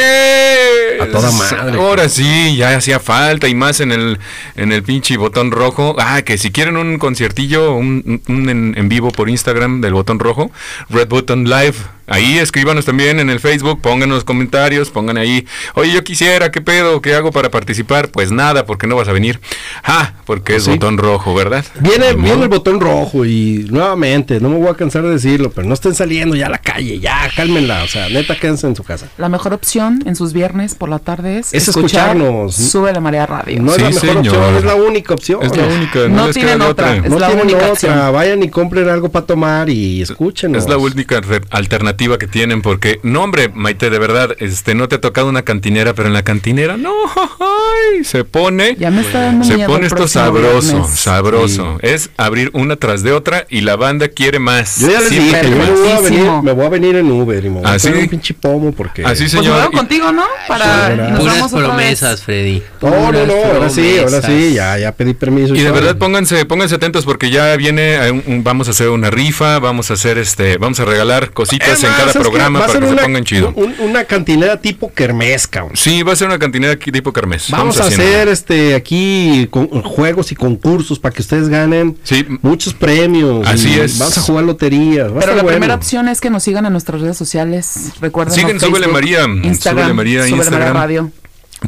Speaker 5: señores.
Speaker 2: A toda madre.
Speaker 5: Ahora sí, ya hacía falta y más en el, en el pinche botón rojo. Ah, que si quieren un conciertillo, un, un en, en vivo por Instagram del botón rojo, Red Button Live. Ahí escríbanos también en el Facebook, pónganos comentarios, pongan ahí, oye, yo quisiera, ¿qué pedo? ¿Qué hago para participar? Pues nada, porque no vas a venir. Ah, porque es
Speaker 2: Sí.
Speaker 5: botón rojo, ¿verdad?
Speaker 2: viene,
Speaker 5: Ni modo.
Speaker 2: viene el botón rojo y nuevamente, no me voy a cansar de decirlo, pero no estén saliendo ya a la calle, ya, cálmenla. O sea, neta, quédense en su casa.
Speaker 4: [LAUGHS] La mejor opción en sus viernes por la tarde es,
Speaker 2: Es escucharnos.
Speaker 4: Sube la marea radio.
Speaker 2: No
Speaker 5: Sí,
Speaker 2: es la mejor
Speaker 5: señor.
Speaker 2: opción, es la única opción.
Speaker 5: Es la única, no,
Speaker 4: No
Speaker 5: les
Speaker 4: tienen
Speaker 5: queda de
Speaker 4: otra.
Speaker 5: otra.
Speaker 4: Es
Speaker 2: no
Speaker 4: la
Speaker 2: tienen
Speaker 4: única
Speaker 2: otra,
Speaker 4: opción.
Speaker 2: vayan y compren algo para tomar y escúchenos.
Speaker 5: Es la única re- alternativa que tienen porque, no hombre, Maite, de verdad, este, no te ha tocado una cantinera, pero en la cantinera, no, ay, se pone,
Speaker 4: Ya me está dando
Speaker 5: se
Speaker 4: miedo
Speaker 5: pone
Speaker 4: el
Speaker 5: esto
Speaker 4: próximo
Speaker 5: sabroso,
Speaker 4: viernes.
Speaker 5: sabroso. Es abrir una tras de otra y la banda quiere más.
Speaker 2: Yo ya les
Speaker 5: Siempre
Speaker 2: dije, yo me
Speaker 5: más.
Speaker 2: voy, a
Speaker 4: Buenísimo.
Speaker 2: venir, me voy a venir en Uber y me voy a
Speaker 5: ¿Ah, sí?
Speaker 2: poner un pinche pomo porque...
Speaker 5: Así,
Speaker 4: Pues
Speaker 5: señor.
Speaker 4: me voy contigo, ¿no? Para
Speaker 2: Sí,
Speaker 4: y
Speaker 2: ¿verdad?
Speaker 4: nos
Speaker 3: Puras
Speaker 4: vamos otra vez.
Speaker 3: promesas, Freddy.
Speaker 2: No, no,
Speaker 3: Puras
Speaker 2: no, ahora sí, ahora
Speaker 3: promesas.
Speaker 2: sí, ya, ya pedí permiso.
Speaker 5: Y de
Speaker 2: todo.
Speaker 5: verdad pónganse, pónganse atentos porque ya viene, eh, un- un- vamos a hacer una rifa, vamos a hacer este, vamos a regalar cositas
Speaker 2: Es más,
Speaker 5: en cada
Speaker 2: ¿sabes qué?
Speaker 5: programa
Speaker 2: Va a
Speaker 5: para
Speaker 2: ser
Speaker 5: que se
Speaker 2: una-
Speaker 5: pongan chido.
Speaker 2: un- una cantinera tipo kermés, cabrón.
Speaker 5: Sí, va a ser una cantinera aquí tipo Carmes.
Speaker 2: Vamos, a
Speaker 5: haciendo.
Speaker 2: hacer este aquí con- juegos y concursos para que ustedes ganen
Speaker 5: Sí.
Speaker 2: muchos premios.
Speaker 5: Así
Speaker 2: y
Speaker 5: es.
Speaker 2: Vamos a jugar loterías. va a
Speaker 4: Pero
Speaker 2: estar
Speaker 4: la
Speaker 2: bueno.
Speaker 4: primera opción es que nos sigan en nuestras redes sociales. Recuerden.
Speaker 5: Siguen Súbele María,
Speaker 4: Instagram,
Speaker 5: Súbele María,
Speaker 4: Súbele
Speaker 5: Instagram.
Speaker 4: Radio.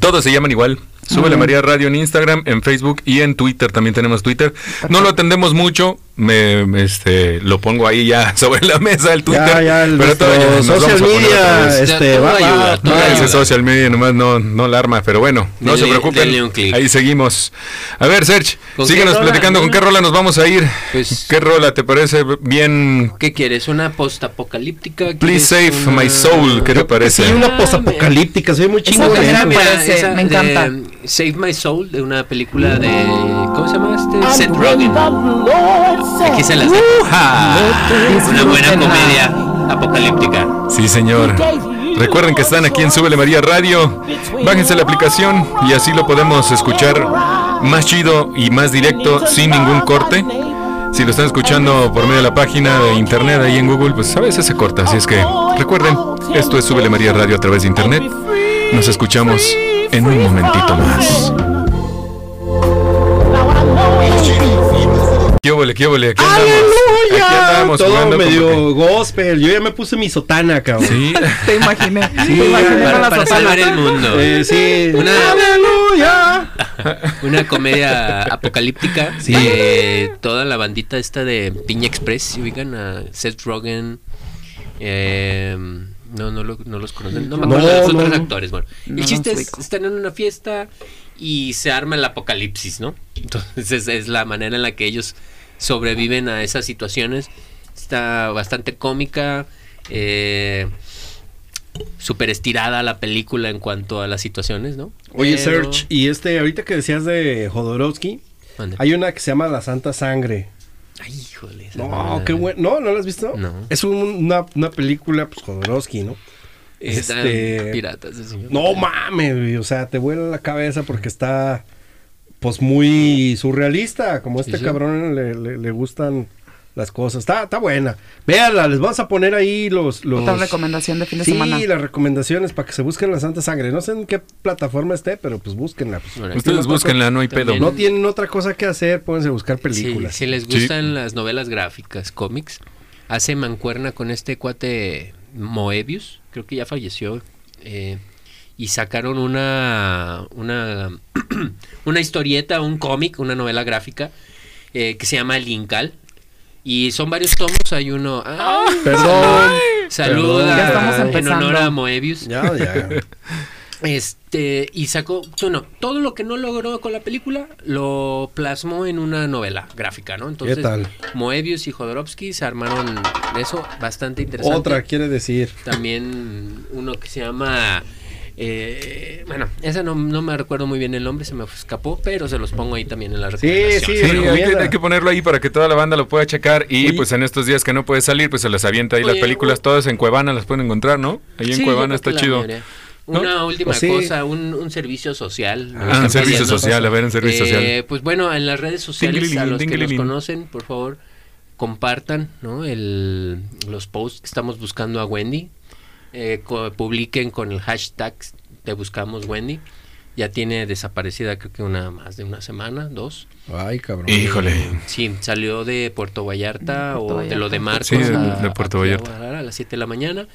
Speaker 5: Todos se llaman igual. Súbele María Radio en Instagram, en Facebook y en Twitter. También tenemos Twitter. No lo atendemos mucho. Me, me, este, lo pongo ahí ya [LAUGHS] sobre la mesa el Twitter.
Speaker 2: Ya, ya, el
Speaker 5: pero todavía
Speaker 2: nuestro
Speaker 5: nos vamos a
Speaker 2: social
Speaker 5: poner otra
Speaker 2: media,
Speaker 5: vez.
Speaker 2: este, va,
Speaker 3: Ya, todo
Speaker 2: va,
Speaker 3: ayuda,
Speaker 2: va,
Speaker 3: todo
Speaker 2: va.
Speaker 3: ayuda.
Speaker 5: Ese social media nomás no, no la arma, pero bueno, no
Speaker 3: Denle-
Speaker 5: se
Speaker 3: denle un
Speaker 5: preocupen.
Speaker 3: clic.
Speaker 5: Ahí seguimos. A ver, Serge,
Speaker 3: ¿Con qué
Speaker 5: síguenos
Speaker 3: rola?
Speaker 5: platicando con qué rola nos vamos a ir.
Speaker 3: Pues-
Speaker 5: ¿Qué rola te parece bien?
Speaker 3: ¿Qué quieres? ¿Una postapocalíptica?
Speaker 5: Please
Speaker 3: ¿Quieres
Speaker 5: save
Speaker 3: una-
Speaker 5: my soul. ¿Qué te parece?
Speaker 2: Sí, una posapocalíptica, soy muy
Speaker 4: Esa
Speaker 2: chingón.
Speaker 4: que era
Speaker 3: Esa,
Speaker 2: ¿eh?
Speaker 4: mi-
Speaker 3: mira,
Speaker 4: parece,
Speaker 3: esa
Speaker 4: me
Speaker 3: de,
Speaker 4: encanta.
Speaker 3: um, Save My Soul, de una película de. ¿Cómo se llama este? Seth Rogen. Aquí se las dejo. Una buena
Speaker 4: Disfrútenla.
Speaker 3: comedia apocalíptica.
Speaker 5: Sí, señor. Recuerden que están aquí en Súbele María Radio. Bájense la aplicación y así lo podemos escuchar más chido y más directo sin ningún corte. Si lo están escuchando por medio de la página de internet ahí en Google, pues a veces se corta. Así es que recuerden, esto es Súbele María Radio a través de internet. Nos escuchamos en un momentito más. ¿Qué óvole, qué óvole? Aquí andamos. Aquí andamos
Speaker 2: ¿eh? Todo
Speaker 5: jugando con-
Speaker 2: medio gospel. Yo ya me puse mi sotana, cabrón.
Speaker 5: Sí. [LAUGHS]
Speaker 4: Te imaginé.
Speaker 2: Sí,
Speaker 4: te
Speaker 2: Para-
Speaker 4: imaginé con
Speaker 3: Para,
Speaker 4: la
Speaker 3: para
Speaker 4: sotana.
Speaker 3: salvar el mundo.
Speaker 2: Eh, sí.
Speaker 3: Una-
Speaker 2: Aleluya.
Speaker 3: Una comedia apocalíptica. de toda la bandita esta de Piña Express. Si ubican a Seth Rogen. eh, No, no, lo- no los conocen. No me
Speaker 2: No,
Speaker 3: acuerdo de los
Speaker 2: no,
Speaker 3: otros
Speaker 2: no.
Speaker 3: actores. Bueno,
Speaker 4: No
Speaker 3: el chiste
Speaker 4: los
Speaker 3: es:
Speaker 4: ubico.
Speaker 3: están en una fiesta y se arma el apocalipsis, ¿no? Entonces, es, es la manera en la que ellos sobreviven a esas situaciones. Está bastante cómica. Eh. Súper estirada la película en cuanto a las situaciones, ¿no?
Speaker 2: Oye,
Speaker 3: Pero-
Speaker 2: Serge, y este, ahorita que decías de Jodorowsky,
Speaker 3: Mande.
Speaker 2: hay una que se llama La Santa Sangre.
Speaker 3: Ay, híjole. esa
Speaker 2: No,
Speaker 3: madre.
Speaker 2: qué bueno. No, ¿no la has visto?
Speaker 3: No.
Speaker 2: Es un- una, una película, pues, Jodorowsky, ¿no?
Speaker 3: Están
Speaker 2: Este...
Speaker 3: Piratas, ese señor.
Speaker 2: No mames, güey, o sea, te vuela la cabeza porque está, pues, muy surrealista. Como a este
Speaker 3: Sí, sí.
Speaker 2: cabrón le, le- le gustan las cosas. Está, está buena. Véanla, les vamos a poner ahí los... los...
Speaker 4: Otra recomendación de fin de
Speaker 2: Pues, Sí,
Speaker 4: semana.
Speaker 2: las recomendaciones para que se busquen la Santa Sangre. No sé en qué plataforma esté, pero pues búsquenla. pues.
Speaker 3: Órale.
Speaker 5: Ustedes búsquenla, no hay pedo.
Speaker 2: No tienen otra cosa que hacer, pónganse a buscar
Speaker 3: Sí,
Speaker 2: películas.
Speaker 3: si les
Speaker 5: Sí.
Speaker 3: gustan las novelas gráficas, cómics, hace mancuerna con este cuate Moebius, creo que ya falleció, eh, y sacaron una, una, [CLEARS THROAT] una historieta, un cómic, una novela gráfica eh, que se llama El Incal. Y son varios tomos, hay uno... ¡Ah!
Speaker 2: Perdón.
Speaker 3: Saluda
Speaker 4: Ya estamos
Speaker 3: en
Speaker 4: empezando.
Speaker 3: honor a Moebius.
Speaker 2: Ya, ya.
Speaker 3: Este, y sacó, bueno, todo lo que no logró con la película lo plasmó en una novela gráfica, ¿no? Entonces,
Speaker 2: ¿Qué tal?
Speaker 3: Moebius y Jodorowsky se armaron eso bastante interesante.
Speaker 2: Otra quiere decir.
Speaker 3: También uno que se llama. eh, bueno, esa no, no me recuerdo muy bien el nombre, se me escapó, pero se los pongo ahí también en la recomendación.
Speaker 2: sí,
Speaker 5: Sí, hay que,
Speaker 2: recomienda.
Speaker 5: hay que ponerlo ahí para que toda la banda lo pueda checar. Y
Speaker 2: Oye.
Speaker 5: pues en estos días que no puede salir, pues se las avienta ahí las
Speaker 3: Oye,
Speaker 5: películas.
Speaker 3: u-
Speaker 5: Todas en Cuevana las pueden encontrar, ¿no? Ahí en
Speaker 3: Sí, yo
Speaker 5: Cuevana
Speaker 3: creo
Speaker 5: está
Speaker 3: que la
Speaker 5: chido.
Speaker 3: mayoría.
Speaker 5: ¿No?
Speaker 3: Una última
Speaker 2: Pues sí.
Speaker 3: cosa, un, un servicio social.
Speaker 5: Ah, un servicio social, a ver, un servicio social.
Speaker 3: Pues bueno, en las redes sociales, a
Speaker 5: Tinglilin,
Speaker 3: los que nos
Speaker 5: tinglilin.
Speaker 3: conocen, por favor, compartan ¿no? el, los posts que estamos buscando a Wendy. Eh, co- publiquen con el hashtag Te Buscamos Wendy. Ya tiene desaparecida creo que una más de una semana, dos.
Speaker 2: Ay, cabrón.
Speaker 5: Híjole.
Speaker 3: Sí, salió de Puerto Vallarta
Speaker 4: De Puerto
Speaker 3: o de lo de Marcos
Speaker 5: Sí, de-
Speaker 3: a-
Speaker 5: de Puerto
Speaker 3: a
Speaker 5: Vallarta.
Speaker 3: Guadalajara a las 7 de la mañana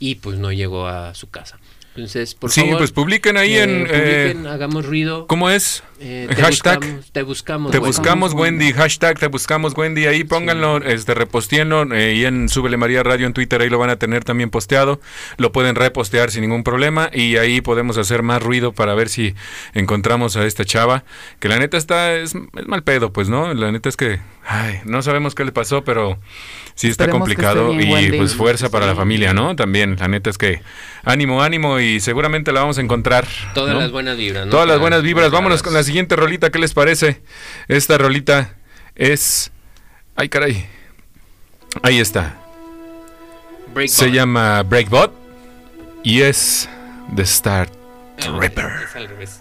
Speaker 3: y pues no llegó a su casa. Entonces, por
Speaker 5: sí,
Speaker 3: favor,
Speaker 5: pues publiquen ahí
Speaker 3: eh,
Speaker 5: en.
Speaker 3: publiquen,
Speaker 5: eh,
Speaker 3: hagamos ruido.
Speaker 5: ¿Cómo es?
Speaker 3: eh,
Speaker 5: Hashtag.
Speaker 3: buscamos- te buscamos.
Speaker 5: Te
Speaker 3: güey.
Speaker 5: buscamos Wendy, hashtag te buscamos Wendy, ahí pónganlo, este repostienlo eh, y en Súbele María Radio en Twitter, ahí lo van a tener también posteado, lo pueden repostear sin ningún problema y ahí podemos hacer más ruido para ver si encontramos a esta chava, que la neta está, es, es mal pedo, pues, ¿no? La neta es que, ay, no sabemos qué le pasó, pero sí está
Speaker 4: Esperemos que esté
Speaker 5: complicado
Speaker 4: bien,
Speaker 5: y
Speaker 4: Wendy.
Speaker 5: pues fuerza para la familia, ¿no? También, la neta es que ánimo, ánimo y seguramente la vamos a encontrar.
Speaker 3: Todas
Speaker 5: ¿no?
Speaker 3: las buenas vibras. ¿no?
Speaker 5: Todas las
Speaker 3: Para-
Speaker 5: buenas vibras.
Speaker 3: para
Speaker 5: Vámonos
Speaker 3: las-
Speaker 5: con la siguiente rolita. ¿Qué les parece? Esta rolita es. Ay, caray. Ahí está.
Speaker 3: Break
Speaker 5: Se
Speaker 3: Ball.
Speaker 5: llama Breakbot. Y es The Star Trapper.
Speaker 3: Es al revés.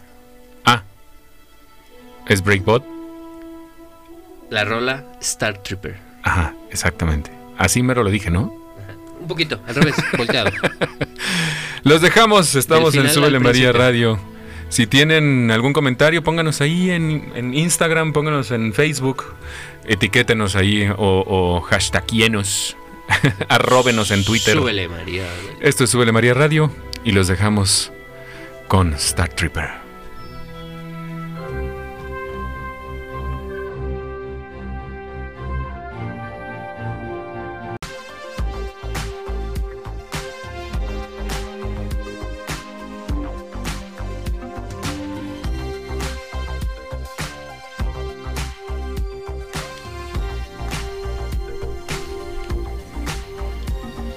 Speaker 5: Ah. ¿Es Breakbot?
Speaker 3: La rola Star Trooper.
Speaker 5: Ajá, exactamente. Así mero lo dije, ¿no?
Speaker 3: Un poquito,
Speaker 5: [LAUGHS]
Speaker 3: al revés, volteado.
Speaker 5: Los dejamos, estamos en
Speaker 3: Del final
Speaker 5: Súbele
Speaker 3: al
Speaker 5: María
Speaker 3: principio.
Speaker 5: Radio. Si tienen algún comentario, pónganos ahí en, en Instagram, pónganos en Facebook, etiquétenos ahí o, o hashtagienos, [LAUGHS] arróbenos en Twitter.
Speaker 3: Súbele, María. güey.
Speaker 5: Esto es Súbele María Radio y los dejamos con Star Trooper.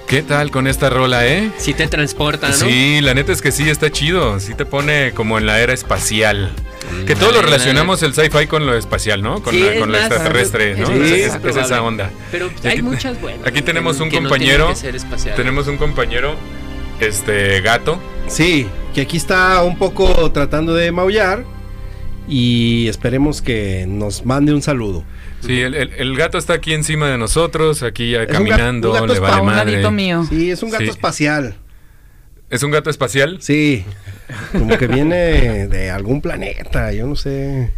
Speaker 5: ¿Qué tal con esta rola, eh?
Speaker 3: Si te transporta, Ah, ¿no?
Speaker 5: Sí, la neta es que sí, está chido. Sí te pone como en la era espacial. Que todo lo
Speaker 3: Ándale.
Speaker 5: relacionamos el sci-fi con lo espacial, ¿no? Con,
Speaker 3: Sí,
Speaker 5: la-
Speaker 3: es
Speaker 5: con lo
Speaker 3: más,
Speaker 5: extraterrestre,
Speaker 3: es
Speaker 5: ¿no?
Speaker 3: más
Speaker 5: Es- es- es
Speaker 3: probable.
Speaker 5: esa onda.
Speaker 3: Pero
Speaker 5: Y
Speaker 3: hay
Speaker 5: aquí-
Speaker 3: muchas buenas.
Speaker 5: aquí tenemos
Speaker 3: que
Speaker 5: un
Speaker 3: no tienen
Speaker 5: compañero,
Speaker 3: que ser espaciales.
Speaker 5: Tenemos un compañero, este gato.
Speaker 2: Sí, que aquí está un poco tratando de maullar y esperemos que nos mande un saludo.
Speaker 5: Sí, el, el- el gato está aquí encima de nosotros, aquí ya
Speaker 2: Es un
Speaker 5: caminando,
Speaker 2: gato- un gato
Speaker 5: le
Speaker 2: espa-
Speaker 5: vale
Speaker 4: a un
Speaker 5: madre.
Speaker 4: ladito mío.
Speaker 2: Sí, es un gato
Speaker 5: Sí.
Speaker 2: espacial.
Speaker 5: ¿Es un gato espacial?
Speaker 2: Sí, como que viene de algún planeta, yo no sé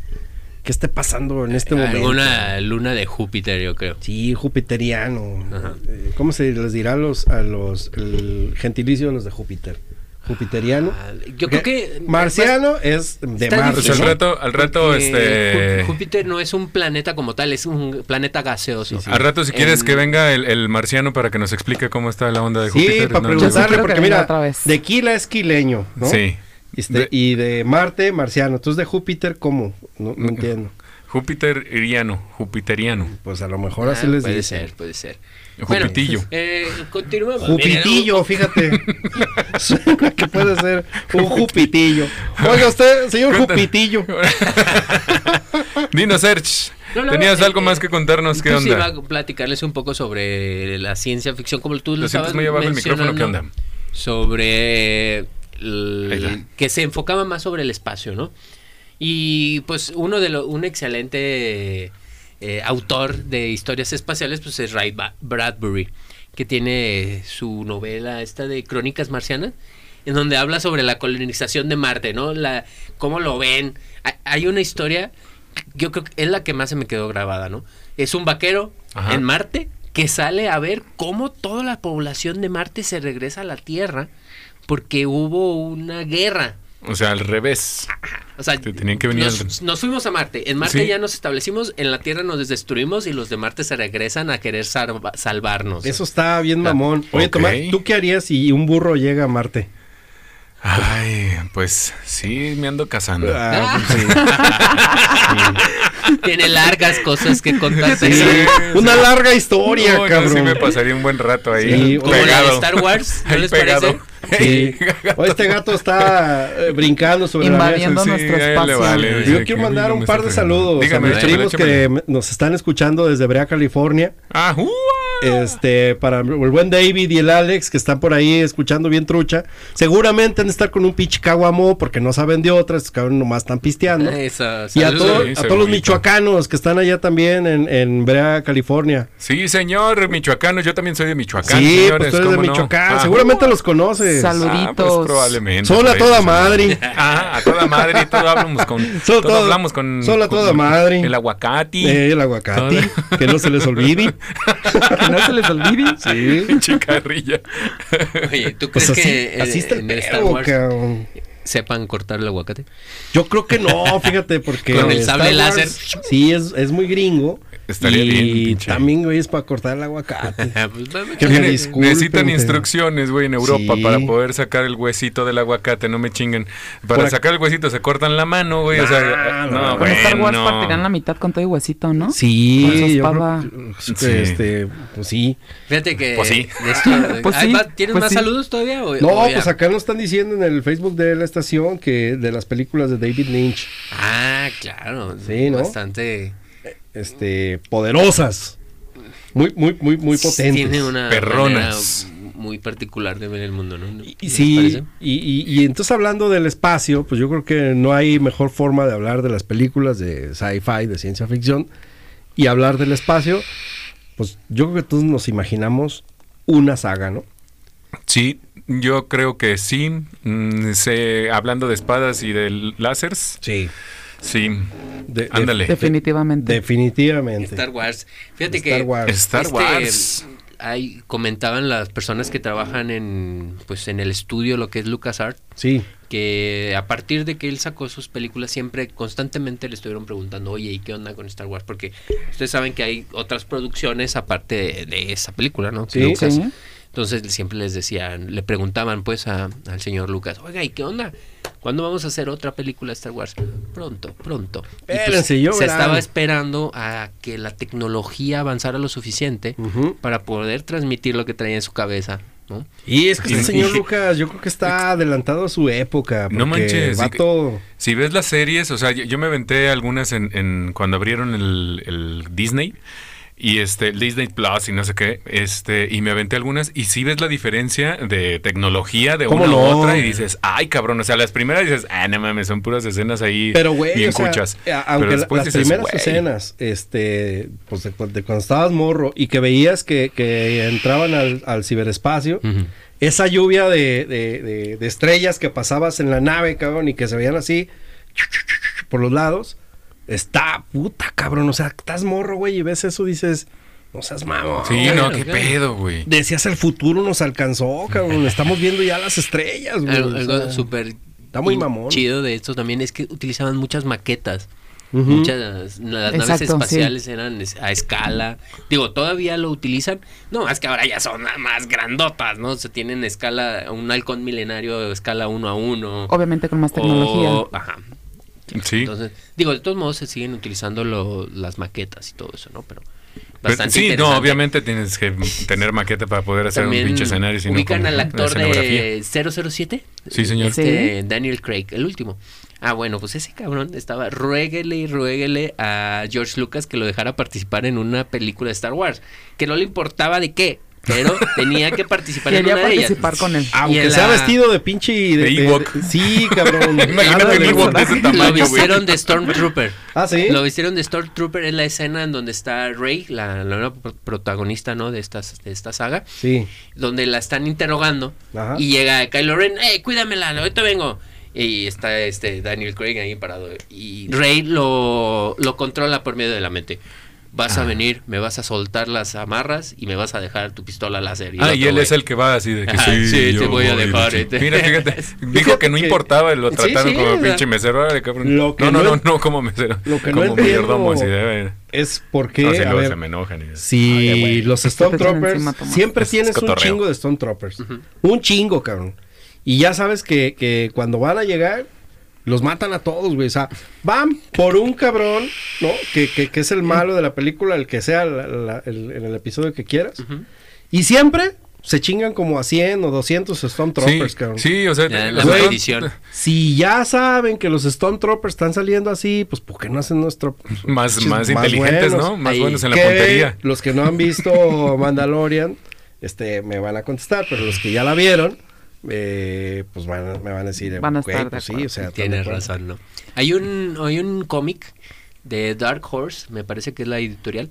Speaker 2: qué esté pasando en este momento.
Speaker 3: Alguna luna de Júpiter, yo creo.
Speaker 2: Sí, jupiteriano.
Speaker 3: Ajá.
Speaker 2: Eh, ¿Cómo se les dirá a los, a los el gentilicio de los de Júpiter? Jupiteriano.
Speaker 3: Ah, Yo creo que
Speaker 2: Marciano es de
Speaker 3: Está
Speaker 2: Marte.
Speaker 5: Pues al
Speaker 3: Sí.
Speaker 2: ¿no?
Speaker 5: rato, al rato,
Speaker 3: Porque
Speaker 5: este.
Speaker 3: Ju- Eh, Júpiter no es un planeta como tal, es un planeta gaseoso.
Speaker 5: Al rato, si quieres que venga el, el marciano para que nos explique cómo está la onda de Júpiter.
Speaker 2: Sí, para
Speaker 5: no,
Speaker 4: Yo sí
Speaker 2: preguntarle,
Speaker 4: quiero
Speaker 2: porque
Speaker 4: que venga
Speaker 2: mira,
Speaker 4: otra vez.
Speaker 2: de Quila es quileño, ¿no?
Speaker 5: Sí.
Speaker 2: Este,
Speaker 5: De-
Speaker 2: y de Marte, marciano. Entonces de Júpiter, ¿cómo? No, no entiendo.
Speaker 5: Júpiter iriano, jupiteriano. [LAUGHS]
Speaker 2: Pues a lo mejor
Speaker 3: ahora
Speaker 2: así les
Speaker 3: Ah, Puede
Speaker 2: dicen.
Speaker 3: ser, puede ser. Bueno,
Speaker 5: Jupitillo.
Speaker 3: eh, continuemos.
Speaker 2: Jupitillo,
Speaker 5: [LAUGHS]
Speaker 2: fíjate. Suena que puede ser [LAUGHS] un jupitillo. Oiga usted, señor
Speaker 5: Cuéntame.
Speaker 2: jupitillo.
Speaker 5: Dino Search,
Speaker 3: No, no,
Speaker 5: tenías
Speaker 3: eh,
Speaker 5: algo más que contarnos, ¿qué
Speaker 3: Yo sí iba
Speaker 5: onda?
Speaker 3: a platicarles un poco sobre la ciencia ficción, como tú lo
Speaker 5: Lo
Speaker 3: estabas
Speaker 5: sientes muy abajo el micrófono, ¿qué onda?
Speaker 3: mencionando, Sobre el-
Speaker 5: Ahí va.
Speaker 3: que se enfocaba más sobre el espacio, ¿no? Y pues uno de lo- un excelente eh, autor de historias espaciales, pues es Ray Ba- Bradbury, que tiene su novela esta de Crónicas Marcianas, en donde habla sobre la colonización de Marte, ¿no? La, cómo lo ven. Ha- Hay una historia, yo creo que es la que más se me quedó grabada, ¿no? Es un vaquero
Speaker 5: Ajá.
Speaker 3: en Marte que sale a ver cómo toda la población de Marte se regresa a la Tierra porque hubo una guerra.
Speaker 5: O sea, al revés.
Speaker 3: O sea,
Speaker 5: Te tenían que venir
Speaker 3: nos,
Speaker 5: al-
Speaker 3: nos fuimos a Marte. En Marte
Speaker 5: Sí.
Speaker 3: ya nos establecimos, en la Tierra nos destruimos y los de Marte se regresan a querer salva- salvarnos. [LAUGHS]
Speaker 2: Eso está bien mamón. Oye,
Speaker 5: Ok.
Speaker 2: Tomás, ¿tú qué harías si un burro llega a Marte?
Speaker 5: Ay, pues sí, me ando casando.
Speaker 2: Ah, [LAUGHS] pues sí.
Speaker 3: Tiene largas cosas que contar.
Speaker 2: [LAUGHS]
Speaker 5: Sí,
Speaker 2: Sí,
Speaker 5: sí.
Speaker 2: Una larga historia,
Speaker 5: No, yo
Speaker 2: cabrón.
Speaker 5: sí me pasaría un buen rato
Speaker 2: Sí,
Speaker 5: ahí.
Speaker 2: Como
Speaker 3: la de
Speaker 5: pegado.
Speaker 3: Star Wars, ¿no
Speaker 5: Ahí
Speaker 3: les
Speaker 5: pegado.
Speaker 2: Sí. O este gato está eh, brincando sobre la mesa.
Speaker 4: Invadiendo nuestro
Speaker 5: a él le
Speaker 4: espacio.
Speaker 5: vale,
Speaker 2: Yo
Speaker 5: sí, que
Speaker 2: quiero mandar
Speaker 5: no
Speaker 2: un
Speaker 5: me
Speaker 2: par
Speaker 5: está
Speaker 2: de
Speaker 5: fregando.
Speaker 2: saludos
Speaker 5: Dígame,
Speaker 2: a mis
Speaker 5: échale,
Speaker 2: primos
Speaker 5: échale.
Speaker 2: que me- nos están escuchando desde Brea, California.
Speaker 5: Ah, uh,
Speaker 2: Este, para el buen David y el Alex que están por ahí escuchando bien trucha. Seguramente han de estar con un pinche caguamo porque no saben de otras, cabrón, nomás están pisteando.
Speaker 3: Ah, Eso,
Speaker 2: y a,
Speaker 3: Eh, saludos.
Speaker 2: todo-
Speaker 5: Sí,
Speaker 2: a todos los
Speaker 5: segurito.
Speaker 2: michoacanos que están allá también en, en Brea, California.
Speaker 5: Sí, señor, michoacano. Yo también soy de Michoacán.
Speaker 2: sí,
Speaker 5: señores,
Speaker 2: pues tú eres de
Speaker 5: ¿cómo no?
Speaker 2: Michoacán.
Speaker 5: Ah,
Speaker 2: Seguramente los conoces.
Speaker 5: ah,
Speaker 4: Salud.
Speaker 5: pues
Speaker 4: Saluditos.
Speaker 5: probablemente.
Speaker 2: Son a
Speaker 5: por ahí,
Speaker 2: toda
Speaker 5: sí.
Speaker 2: madre.
Speaker 5: Ah, a toda madre. Todo hablamos con.
Speaker 2: [LAUGHS] Solo
Speaker 5: Todo,
Speaker 2: todo-
Speaker 5: hablamos con.
Speaker 2: solo a
Speaker 5: con-
Speaker 2: toda madre.
Speaker 5: El [LAUGHS] aguacate.
Speaker 2: [LAUGHS] Eh, el aguacate,
Speaker 5: Todo.
Speaker 2: que no se les
Speaker 5: [LAUGHS]
Speaker 2: olvide.
Speaker 4: [LAUGHS] Que no se les olvide.
Speaker 2: Sí.
Speaker 5: Chicarrilla.
Speaker 3: Oye, ¿tú crees
Speaker 2: Pues así,
Speaker 3: que eh,
Speaker 2: así está el
Speaker 3: en Star
Speaker 2: pedo,
Speaker 3: Wars
Speaker 2: cabrón.
Speaker 3: sepan cortar el aguacate?
Speaker 2: Yo creo que no,
Speaker 3: [LAUGHS]
Speaker 2: fíjate, porque.
Speaker 3: Con el
Speaker 2: Star
Speaker 3: sable
Speaker 2: Wars,
Speaker 3: láser.
Speaker 2: Sí, es, es muy gringo.
Speaker 5: Estaría
Speaker 2: y
Speaker 5: bien, pinche.
Speaker 2: también, güey, es para cortar el
Speaker 3: [LAUGHS]
Speaker 2: aguacate.
Speaker 3: Ah, pues,
Speaker 2: Que me
Speaker 5: Tiene-
Speaker 2: disculpen,
Speaker 5: necesitan
Speaker 2: pero-
Speaker 5: instrucciones, güey, en Europa
Speaker 2: Sí.
Speaker 5: para poder sacar el huesito del aguacate, no me chinguen. Para
Speaker 2: Por ac-
Speaker 5: sacar el huesito se cortan la mano, güey. o sea, eh,
Speaker 2: Ah, no,
Speaker 5: no,
Speaker 2: con
Speaker 4: Con Star Wars
Speaker 5: bueno.
Speaker 4: partirán la mitad con todo y huesito, ¿no? Con su
Speaker 2: Sí, yo
Speaker 4: espada.
Speaker 2: creo que- que,
Speaker 5: Sí.
Speaker 2: este, pues sí.
Speaker 3: Fíjate que.
Speaker 5: Pues sí.
Speaker 3: de esto-
Speaker 4: Pues
Speaker 3: Ay,
Speaker 4: sí,
Speaker 3: va, ¿Tienes
Speaker 4: pues
Speaker 3: más
Speaker 4: sí.
Speaker 3: saludos todavía? o-
Speaker 2: No,
Speaker 3: o ya?
Speaker 2: pues acá nos están diciendo en el Facebook de la estación que de las películas de David Lynch,
Speaker 3: Ah, claro.
Speaker 2: Sí, ¿no?
Speaker 3: Bastante.
Speaker 2: este, poderosas. Muy, muy, muy, muy potentes.
Speaker 3: Tiene una
Speaker 5: Perronas.
Speaker 3: manera muy particular de ver el mundo, ¿no?
Speaker 2: Y- Y,
Speaker 3: ¿No les parece?
Speaker 2: sí, y, y- y entonces hablando del espacio, pues yo creo que no hay mejor forma de hablar de las películas de sci-fi, de ciencia ficción, y hablar del espacio, pues yo creo que todos nos imaginamos una saga, ¿no?
Speaker 5: Sí, yo creo que sí. Mm, se- hablando de espadas y de lásers,
Speaker 2: Sí.
Speaker 5: sí.
Speaker 2: De- de-
Speaker 5: Ándale.
Speaker 4: Definitivamente.
Speaker 2: definitivamente.
Speaker 3: Star Wars. Fíjate
Speaker 2: Star
Speaker 3: que.
Speaker 2: Wars.
Speaker 5: Star
Speaker 3: este,
Speaker 5: Wars.
Speaker 3: hay- comentaban las personas que trabajan en pues en el estudio lo que es LucasArts
Speaker 2: Sí.
Speaker 3: que a partir de que él sacó sus películas siempre constantemente le estuvieron preguntando, oye, ¿y qué onda con Star Wars? Porque ustedes saben que hay otras producciones aparte de, de esa película, ¿no?
Speaker 2: Sí.
Speaker 3: Lucas.
Speaker 4: Sí.
Speaker 3: Entonces siempre les decían, le preguntaban pues a- al señor Lucas, oiga, ¿y qué onda? ¿Cuándo vamos a hacer otra película de Star Wars? Pronto, pronto. Y, pues,
Speaker 2: Espérense, yo
Speaker 3: se
Speaker 2: verán.
Speaker 3: estaba esperando a que la tecnología avanzara lo suficiente
Speaker 2: Ujú.
Speaker 3: para poder transmitir lo que traía en su cabeza, ¿no?
Speaker 2: Y es que este
Speaker 5: Y-
Speaker 2: señor Lucas, yo creo que está adelantado a su época.
Speaker 5: No
Speaker 2: porque
Speaker 5: manches, y-
Speaker 2: vato-
Speaker 5: Si ves las series, o sea, yo, yo me aventé algunas en, en- cuando abrieron el, el Disney y este el Disney Plus y no sé qué, este y me aventé algunas y si ves la diferencia de tecnología de
Speaker 2: ¿Cómo
Speaker 5: una a
Speaker 2: no?
Speaker 5: otra y dices, "Ay, cabrón", o sea, las primeras dices, "Ah, no mames, son puras escenas [LAUGHS] ahí
Speaker 2: Pero, güey,
Speaker 5: bien
Speaker 2: o sea,
Speaker 5: cuchas".
Speaker 2: a-
Speaker 5: Pero
Speaker 2: aunque la-
Speaker 5: después
Speaker 2: las
Speaker 5: dices,
Speaker 2: primeras
Speaker 5: "Güey".
Speaker 2: escenas, este, pues de, cu- de cuando estabas morro y que veías que, que entraban al, al ciberespacio, esa lluvia de, de- de- de estrellas que pasabas en la nave, cabrón, y que se veían así por los lados, está puta, cabrón. O sea, estás morro, güey, y ves eso, dices, No seas mamón.
Speaker 5: Sí,
Speaker 3: Claro,
Speaker 5: no, qué
Speaker 3: claro.
Speaker 5: pedo, güey.
Speaker 2: Decías el futuro nos alcanzó, cabrón. Estamos viendo ya las estrellas, güey.
Speaker 3: Algo,
Speaker 2: O
Speaker 3: algo
Speaker 2: sea,
Speaker 3: súper
Speaker 2: está muy
Speaker 3: in-
Speaker 2: mamón.
Speaker 3: chido de estos también es que utilizaban muchas maquetas.
Speaker 2: Ujú.
Speaker 3: Muchas las naves
Speaker 4: Exacto, sí.
Speaker 3: espaciales eran es- a escala. Digo, todavía lo utilizan. No, más que ahora ya son nada más grandotas, ¿no? Se tienen escala, un halcón milenario, escala uno a uno.
Speaker 4: Obviamente con más
Speaker 3: o-
Speaker 4: tecnología.
Speaker 3: ajá.
Speaker 5: Sí.
Speaker 3: Entonces, digo, de todos modos se siguen utilizando lo- las maquetas y todo eso, ¿no? Pero
Speaker 5: Pero-
Speaker 3: bastante
Speaker 5: sí, no,
Speaker 3: interesante.
Speaker 5: obviamente tienes que tener maqueta para poder hacer
Speaker 3: También
Speaker 5: un pinche escenario. si no,
Speaker 3: ubican
Speaker 5: ¿cómo?
Speaker 3: al
Speaker 5: La
Speaker 3: actor
Speaker 5: escenografía.
Speaker 3: de 007.
Speaker 5: Sí, señor.
Speaker 3: Este, Daniel Craig, el último. Ah, bueno, pues ese cabrón estaba ruéguele y ruéguele a George Lucas que lo dejara participar en una película de Star Wars, que no le importaba de qué,
Speaker 5: [LAUGHS]
Speaker 3: pero tenía que participar en
Speaker 4: Quería
Speaker 3: una de ellas.
Speaker 4: participar con él.
Speaker 3: Y
Speaker 2: Aunque
Speaker 3: en
Speaker 2: sea
Speaker 3: la-
Speaker 2: vestido de pinche. De,
Speaker 5: De
Speaker 2: de-
Speaker 5: Ewok.
Speaker 2: de- sí, cabrón.
Speaker 5: [LAUGHS] Imagínate
Speaker 2: Nada
Speaker 5: un
Speaker 2: de
Speaker 5: Ewok de ese
Speaker 2: personaje.
Speaker 5: tamaño,
Speaker 3: Lo
Speaker 5: güey.
Speaker 3: vistieron
Speaker 4: [LAUGHS]
Speaker 3: de Stormtrooper.
Speaker 2: Ah, sí.
Speaker 3: Lo vistieron de Stormtrooper es la escena en donde está Rey, la, la nueva pro- protagonista, ¿no? De estas, de esta saga,
Speaker 2: Sí.
Speaker 3: donde la están interrogando
Speaker 2: Ajá.
Speaker 3: y llega Kylo Ren, ¡eh, cuídamela! Ahorita vengo. Y está este Daniel Craig ahí parado. Y Rey lo, lo controla por medio de la mente. Vas a venir, me vas a soltar las amarras y me vas a dejar tu pistola láser.
Speaker 5: Ah,
Speaker 3: otro
Speaker 5: y él
Speaker 3: güey,
Speaker 5: es el que va así de que
Speaker 3: Ajá,
Speaker 5: sí,
Speaker 3: sí,
Speaker 5: yo
Speaker 3: te voy a dejar,
Speaker 5: sí.
Speaker 3: este.
Speaker 5: Mira,
Speaker 3: [LAUGHS]
Speaker 5: fíjate, dijo
Speaker 2: Fíjate
Speaker 5: que no
Speaker 2: que-
Speaker 5: importaron, lo
Speaker 3: Sí,
Speaker 5: trataron
Speaker 3: sí,
Speaker 5: como
Speaker 3: o sea,
Speaker 5: pinche mesero, órale, cabrón.
Speaker 2: lo que
Speaker 5: no, no,
Speaker 2: no
Speaker 5: no,
Speaker 2: en-
Speaker 5: no como mesero,
Speaker 2: lo que no
Speaker 5: como
Speaker 2: entiendo-
Speaker 5: mayordomo, así de- eh.
Speaker 2: Es porque.
Speaker 5: No, sí,
Speaker 2: a
Speaker 5: luego
Speaker 2: ver,
Speaker 5: se me enojan. y-
Speaker 2: Si
Speaker 5: Ay, güey.
Speaker 2: los
Speaker 4: Se te echan
Speaker 2: Stormtroopers
Speaker 4: encima, Tomás.
Speaker 2: siempre
Speaker 5: Es- es
Speaker 2: tienes un
Speaker 5: cotorreo.
Speaker 2: chingo de Stormtroopers. Un chingo, cabrón. Y ya sabes que, que cuando van a llegar, los matan a todos, güey. O sea, van por un cabrón, ¿no? Que, que- que es el malo de la película, el que sea la- la- el- en el episodio que quieras. Y siempre se chingan como a 100 o 200 Stormtroopers,
Speaker 5: Sí,
Speaker 2: cabrón.
Speaker 5: sí, o sea,
Speaker 3: Ya,
Speaker 5: te-
Speaker 3: la
Speaker 5: o sea,
Speaker 3: maldición.
Speaker 2: Si ya saben que los Stormtroopers están saliendo así, pues ¿por qué no hacen nuestro...
Speaker 5: Más,
Speaker 2: Chis- más
Speaker 5: más inteligentes, ¿no?
Speaker 2: buenos.
Speaker 5: Más
Speaker 3: Ahí.
Speaker 5: buenos en la
Speaker 2: que
Speaker 5: puntería.
Speaker 2: Los que no han
Speaker 5: [LAUGHS]
Speaker 2: visto Mandalorian, este, me van a contestar, pero los que ya la vieron, eh, pues van, a- me van a decir, eh,
Speaker 4: Van a
Speaker 2: güey,
Speaker 4: estar de
Speaker 2: pues sí,
Speaker 4: acuerdo.
Speaker 2: o sea,
Speaker 3: [LAUGHS] Tienes
Speaker 2: tampoco-
Speaker 3: razón, ¿no? Hay un, hay un cómic de Dark Horse, me parece que es la editorial,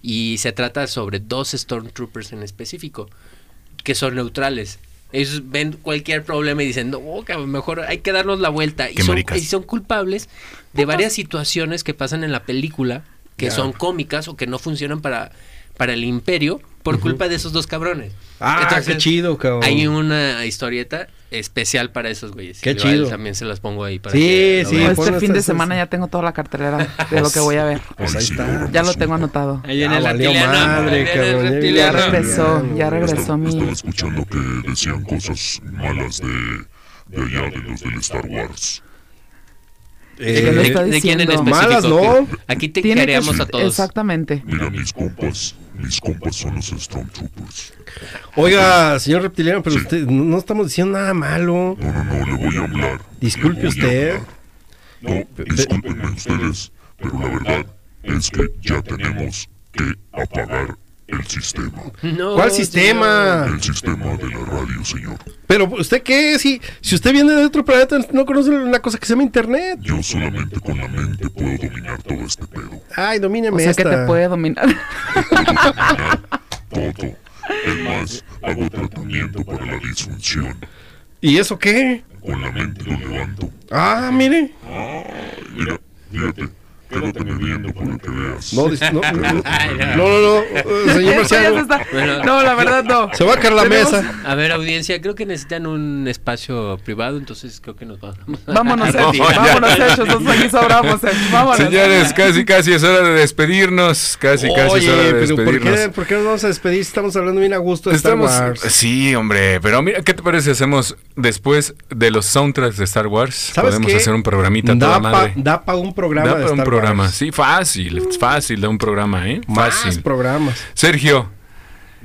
Speaker 3: y se trata sobre dos Stormtroopers en específico, que son neutrales. Ellos ven cualquier problema y dicen, no, oh, cabrón, mejor hay que darnos la vuelta. Y
Speaker 5: Qué
Speaker 3: son,
Speaker 5: maricas.
Speaker 3: y son culpables de varias situaciones que pasan en la película, que
Speaker 2: Ya.
Speaker 3: son cómicas o que no funcionan para, para el imperio, por culpa de esos dos cabrones.
Speaker 2: Ah, qué chido, cabrón.
Speaker 3: Hay una historieta especial para esos güeyes.
Speaker 2: Qué
Speaker 3: Igual
Speaker 2: chido.
Speaker 3: También se las pongo ahí para
Speaker 2: Sí,
Speaker 3: que lo
Speaker 2: sí,
Speaker 3: vean.
Speaker 4: Pues
Speaker 2: ponlo,
Speaker 4: este fin de
Speaker 2: estás-
Speaker 4: semana ya tengo toda la cartelera de lo que voy a
Speaker 2: [LAUGHS]
Speaker 4: ver.
Speaker 2: Pues ahí está.
Speaker 4: Ya lo tengo anotado.
Speaker 3: Ahí viene
Speaker 2: Ya
Speaker 3: el
Speaker 2: Ah, valió
Speaker 3: reptiliano.
Speaker 2: madre,
Speaker 3: ahí viene el
Speaker 2: cabrón, ya
Speaker 3: reptiliano.
Speaker 4: Ya regresó, ya regresó
Speaker 1: Estaba, estaba
Speaker 4: mi...
Speaker 1: escuchando que decían cosas malas de, de allá, de los del Star Wars.
Speaker 2: Eh,
Speaker 4: Ya lo está
Speaker 3: ¿De quién en
Speaker 4: diciendo.
Speaker 3: específico?
Speaker 2: Malas, ¿no?
Speaker 3: Aquí te
Speaker 4: Tiene que-
Speaker 3: queremos a todos.
Speaker 4: Exactamente.
Speaker 1: Mira, mis compas, mis compas son los Stormtroopers.
Speaker 2: Oiga, señor reptiliano, pero usted, no, no estamos diciendo nada malo.
Speaker 1: No, no, no, le voy a hablar. le
Speaker 2: Disculpe
Speaker 1: voy a
Speaker 2: usted.
Speaker 1: hablar. No, discúlpenme ustedes, pero la verdad es que ya tenemos que apagar el sistema.
Speaker 3: No,
Speaker 2: ¿Cuál
Speaker 3: señor.
Speaker 2: sistema?
Speaker 1: El sistema de la radio, señor.
Speaker 2: Pero usted qué, si, si usted viene de otro planeta, no conoce una cosa que se llama internet.
Speaker 1: Yo solamente con la mente puedo dominar todo este pedo.
Speaker 2: Ay, domíneme
Speaker 4: O sea que
Speaker 2: esta.
Speaker 4: te puede dominar.
Speaker 1: Todo. Es más, hago tratamiento para la disfunción.
Speaker 2: ¿Y eso qué?
Speaker 1: Con la mente lo levanto.
Speaker 2: Ah, mire.
Speaker 1: Mira, fíjate, quédate bebiendo para que veas.
Speaker 2: No,
Speaker 1: [LAUGHS]
Speaker 2: dis- no, no, no, no, no, eh, señor
Speaker 4: Eso [LAUGHS] ya se
Speaker 2: Marciano.
Speaker 4: está-
Speaker 3: Bueno.
Speaker 4: No, la verdad no.
Speaker 2: Se va a caer la
Speaker 4: Tenemos-
Speaker 2: mesa.
Speaker 3: A ver, audiencia, creo que necesitan un espacio privado, entonces creo que nos vamos.
Speaker 4: [LAUGHS]
Speaker 3: [LAUGHS]
Speaker 4: Vámonos,
Speaker 5: No,
Speaker 4: Sergio.
Speaker 5: ya.
Speaker 4: Vámonos, Sergio. Nosotros aquí
Speaker 5: [LAUGHS]
Speaker 4: sobramos, Sergio. Vámonos.
Speaker 5: Señores, casi, casi es hora de despedirnos. Casi, casi es hora de
Speaker 2: pero ¿por
Speaker 5: despedirnos.
Speaker 2: qué, ¿por qué nos vamos a despedir si estamos hablando bien a gusto de
Speaker 5: Estamos,
Speaker 2: Star Wars?
Speaker 5: sí, hombre, pero mira, ¿qué te parece si hacemos después de los soundtracks de Star Wars?
Speaker 2: ¿Sabes
Speaker 5: Podemos
Speaker 2: qué?
Speaker 5: hacer un programita toda
Speaker 2: da
Speaker 5: madre.
Speaker 2: para da pa un programa
Speaker 5: Da
Speaker 2: de
Speaker 5: para un
Speaker 2: Star
Speaker 5: programa,
Speaker 2: Wars.
Speaker 5: sí, fácil, fácil, da un programa, ¿eh?
Speaker 2: Más
Speaker 5: Fácil.
Speaker 2: programas.
Speaker 5: Sergio,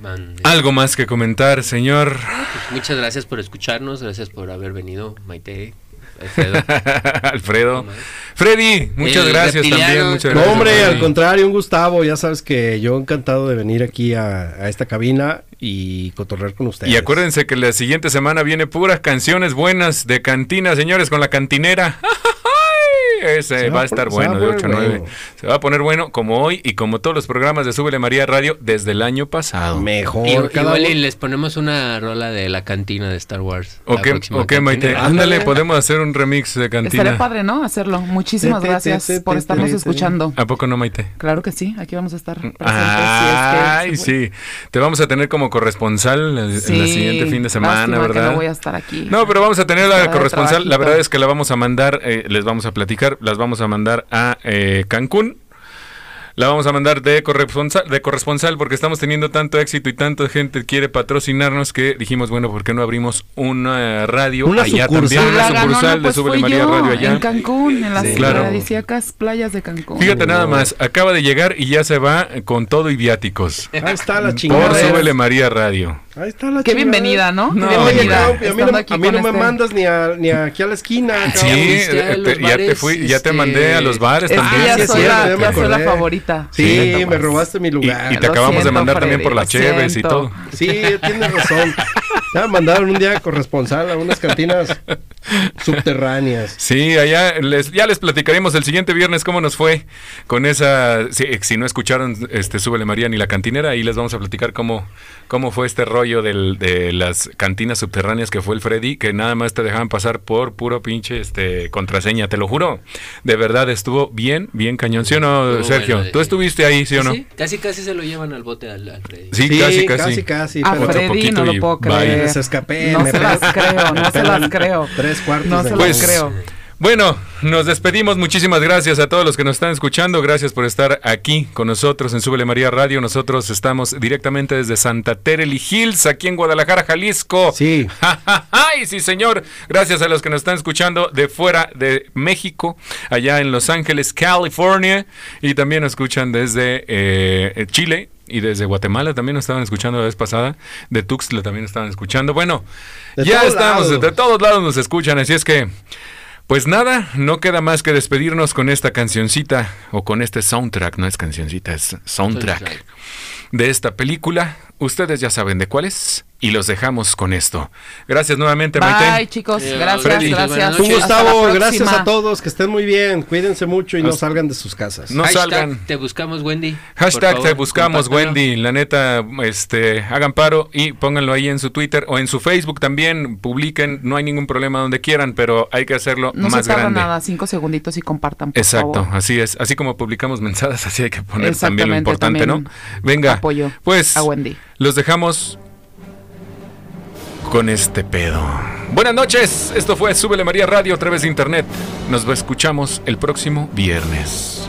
Speaker 3: Mande.
Speaker 5: algo más que comentar, señor.
Speaker 3: Pues muchas gracias por escucharnos, gracias por haber venido, Maite.
Speaker 2: [LAUGHS]
Speaker 3: Alfredo.
Speaker 5: [LAUGHS] Alfredo. Freddy, muchas
Speaker 3: El
Speaker 5: gracias
Speaker 3: reptiliano.
Speaker 5: también. Muchas
Speaker 2: No,
Speaker 5: gracias,
Speaker 2: hombre,
Speaker 5: Freddy.
Speaker 2: al contrario, un Gustavo, ya sabes que yo encantado de venir aquí a, a esta cabina y cotorrear con ustedes.
Speaker 5: Y acuérdense que la [LAUGHS] siguiente semana viene puras canciones buenas de cantina, señores, con la cantinera. ese
Speaker 2: Se
Speaker 5: va,
Speaker 2: va
Speaker 5: a
Speaker 2: a
Speaker 5: estar
Speaker 2: poner- se va a
Speaker 5: bueno de
Speaker 2: poner
Speaker 5: 8 a 9.
Speaker 2: bueno.
Speaker 5: Se va a poner bueno como hoy y como todos los programas de Súbele María Radio desde el año pasado.
Speaker 2: Mejor.
Speaker 3: Y-
Speaker 2: cada
Speaker 3: Igual y
Speaker 2: uno-
Speaker 3: les ponemos una rola de la cantina de Star Wars.
Speaker 5: ¿O
Speaker 3: la
Speaker 5: qué,
Speaker 3: próxima
Speaker 5: o qué,
Speaker 3: cantina.
Speaker 5: Maite? Ándale, podemos hacer un remix de
Speaker 4: Estaría
Speaker 5: cantina.
Speaker 4: padre, ¿no? Hacerlo. Muchísimas
Speaker 2: Te, te,
Speaker 4: gracias
Speaker 2: te, te,
Speaker 4: por
Speaker 2: te,
Speaker 4: estarnos
Speaker 2: te, te.
Speaker 4: escuchando.
Speaker 5: ¿A poco no, Maite?
Speaker 4: Claro que sí, aquí vamos a estar presentes. si Pues es que
Speaker 5: Ay,
Speaker 4: se
Speaker 5: sí. Te vamos a tener como corresponsal el,
Speaker 4: puede.
Speaker 5: el
Speaker 4: Sí,
Speaker 5: siguiente fin de semana,
Speaker 4: lástima que
Speaker 5: ¿verdad?
Speaker 4: no voy a estar aquí.
Speaker 5: No, pero vamos a tener
Speaker 4: Hora
Speaker 5: la
Speaker 4: de
Speaker 5: corresponsal. La
Speaker 4: trabajito.
Speaker 5: verdad es que la vamos a mandar, eh, les vamos a platicar, las vamos a mandar a eh, Cancún. La vamos a mandar de corresponsal, de corresponsal porque estamos teniendo tanto éxito y tanta gente quiere patrocinarnos que dijimos, bueno, ¿por qué no abrimos una radio
Speaker 2: Una
Speaker 5: allá
Speaker 2: sucursal.
Speaker 5: también? Una
Speaker 4: La ganó,
Speaker 5: sucursal
Speaker 4: no, pues
Speaker 5: de Súbele
Speaker 4: fui
Speaker 5: María
Speaker 4: yo,
Speaker 5: Radio allá.
Speaker 4: En Cancún, en las
Speaker 5: Sí, claro.
Speaker 4: paradisíacas playas de Cancún.
Speaker 5: Fíjate nada más, acaba de llegar y ya se va con todo y viáticos.
Speaker 2: Ahí está la chingada.
Speaker 5: Por Súbele María Radio.
Speaker 2: Ahí está la
Speaker 4: Qué
Speaker 2: chingada.
Speaker 4: bienvenida, ¿no?
Speaker 5: No,
Speaker 4: Qué
Speaker 2: Oye,
Speaker 4: bienvenida.
Speaker 2: Clau, a mí
Speaker 4: estando
Speaker 2: no,
Speaker 4: aquí
Speaker 2: a mí
Speaker 4: con
Speaker 2: no me
Speaker 4: este-
Speaker 2: mandas ni, a- ni aquí a la esquina.
Speaker 5: Sí,
Speaker 2: cabrón.
Speaker 3: fuiste a
Speaker 5: eh,
Speaker 3: los
Speaker 5: te- ya te
Speaker 3: bares,
Speaker 5: fui, ya te
Speaker 3: este,
Speaker 5: mandé a los bares
Speaker 4: Es que
Speaker 5: también.
Speaker 4: ya
Speaker 2: sí, es
Speaker 4: soy
Speaker 2: cierto,
Speaker 4: la-
Speaker 2: ya me
Speaker 4: ya soy la
Speaker 2: acordé.
Speaker 4: favorita.
Speaker 2: Sí,
Speaker 5: Sí,
Speaker 2: me robaste mi
Speaker 5: Y,
Speaker 2: lugar.
Speaker 5: y te
Speaker 4: Lo
Speaker 5: acabamos de
Speaker 4: siento,
Speaker 5: mandar también
Speaker 4: Freddy,
Speaker 5: por las
Speaker 4: lo
Speaker 5: cheves y
Speaker 4: siento.
Speaker 5: todo.
Speaker 2: Sí, tienes razón. Ya me mandaron un día corresponsal a unas
Speaker 5: [LAUGHS]
Speaker 2: cantinas subterráneas.
Speaker 5: Sí, allá les, ya les platicaremos el siguiente viernes cómo nos fue con esa. Si, si no escucharon, este, súbele María ni la cantinera, ahí les vamos a platicar cómo, cómo fue este rollo del- de las cantinas subterráneas que fue el Freddy, que nada más te dejaban pasar por puro pinche este, contraseña, te lo juro. De verdad estuvo bien, bien cañón. ¿Sí o no,
Speaker 3: Estuvo
Speaker 5: Sergio?
Speaker 3: bueno,
Speaker 5: ¿Tú
Speaker 3: sí.
Speaker 5: estuviste ahí, sí o no?
Speaker 3: Sí, casi casi se lo llevan al bote al, al Freddy.
Speaker 5: Sí, casi, casi.
Speaker 2: casi, casi,
Speaker 4: A
Speaker 2: pero
Speaker 5: Otro
Speaker 4: Freddy
Speaker 5: poquito
Speaker 4: no
Speaker 5: y
Speaker 4: lo puedo
Speaker 5: bye.
Speaker 4: creer.
Speaker 5: Me
Speaker 2: les escapé.
Speaker 4: No
Speaker 2: me
Speaker 4: se las
Speaker 2: pelan-
Speaker 4: creo, no
Speaker 2: me
Speaker 4: se
Speaker 2: pelan
Speaker 4: las creo.
Speaker 2: Tres cuartos.
Speaker 4: No
Speaker 2: de
Speaker 4: se
Speaker 5: Pues-
Speaker 4: las creo.
Speaker 5: Bueno, nos despedimos. Muchísimas gracias a todos los que nos están escuchando. Gracias por estar aquí con nosotros en Súbele María Radio. Nosotros estamos directamente desde Santa Tereli Hills, aquí en Guadalajara, Jalisco.
Speaker 2: Sí.
Speaker 5: [LAUGHS] ¡Ay, sí, señor! Gracias a los que nos están escuchando de fuera de México, allá en Los Ángeles, California. Y también nos escuchan desde eh, Chile y desde Guatemala. También nos estaban escuchando la vez pasada. De Tuxtla también estaban escuchando. Bueno,
Speaker 2: De
Speaker 5: ya
Speaker 2: todos
Speaker 5: estamos.
Speaker 2: lados.
Speaker 5: De todos lados nos escuchan. Así es que, pues nada, no queda más que despedirnos con esta cancioncita o con este soundtrack. No es cancioncita, es soundtrack
Speaker 3: Soundtrack.
Speaker 5: de esta película. Ustedes ya saben de cuál es y los dejamos con esto. Gracias nuevamente,
Speaker 4: Bye,
Speaker 5: Maite.
Speaker 4: chicos.
Speaker 3: Eh,
Speaker 4: Gracias,
Speaker 5: Freddy.
Speaker 4: gracias.
Speaker 2: Tú,
Speaker 3: Hasta la
Speaker 2: Gustavo,
Speaker 4: Hasta la
Speaker 2: gracias
Speaker 4: próxima.
Speaker 2: a todos. Que estén muy bien. Cuídense mucho y no
Speaker 5: Hasta-
Speaker 2: salgan de sus casas.
Speaker 5: No
Speaker 3: Hashtag
Speaker 5: salgan.
Speaker 3: Te buscamos, Wendy.
Speaker 5: Hashtag
Speaker 3: Por
Speaker 5: te
Speaker 3: favor,
Speaker 5: buscamos,
Speaker 3: compártelo.
Speaker 5: Wendy. La neta, este, hagan paro y pónganlo ahí en su Twitter o en su Facebook también. Publiquen, no hay ningún problema donde quieran, pero hay que hacerlo
Speaker 4: No se
Speaker 5: más
Speaker 4: tarda
Speaker 5: grande.
Speaker 4: nada, cinco segunditos y compartan, por
Speaker 5: Exacto,
Speaker 4: favor.
Speaker 5: así es. Así como publicamos mensadas, [LAUGHS] así hay que poner también lo
Speaker 4: Exactamente,
Speaker 5: importante, ¿no?
Speaker 4: también
Speaker 5: Venga,
Speaker 4: apoyo
Speaker 5: pues
Speaker 4: A Wendy.
Speaker 5: los dejamos con este pedo. Buenas noches, esto fue Súbele María Radio a través de internet. Nos escuchamos el próximo viernes.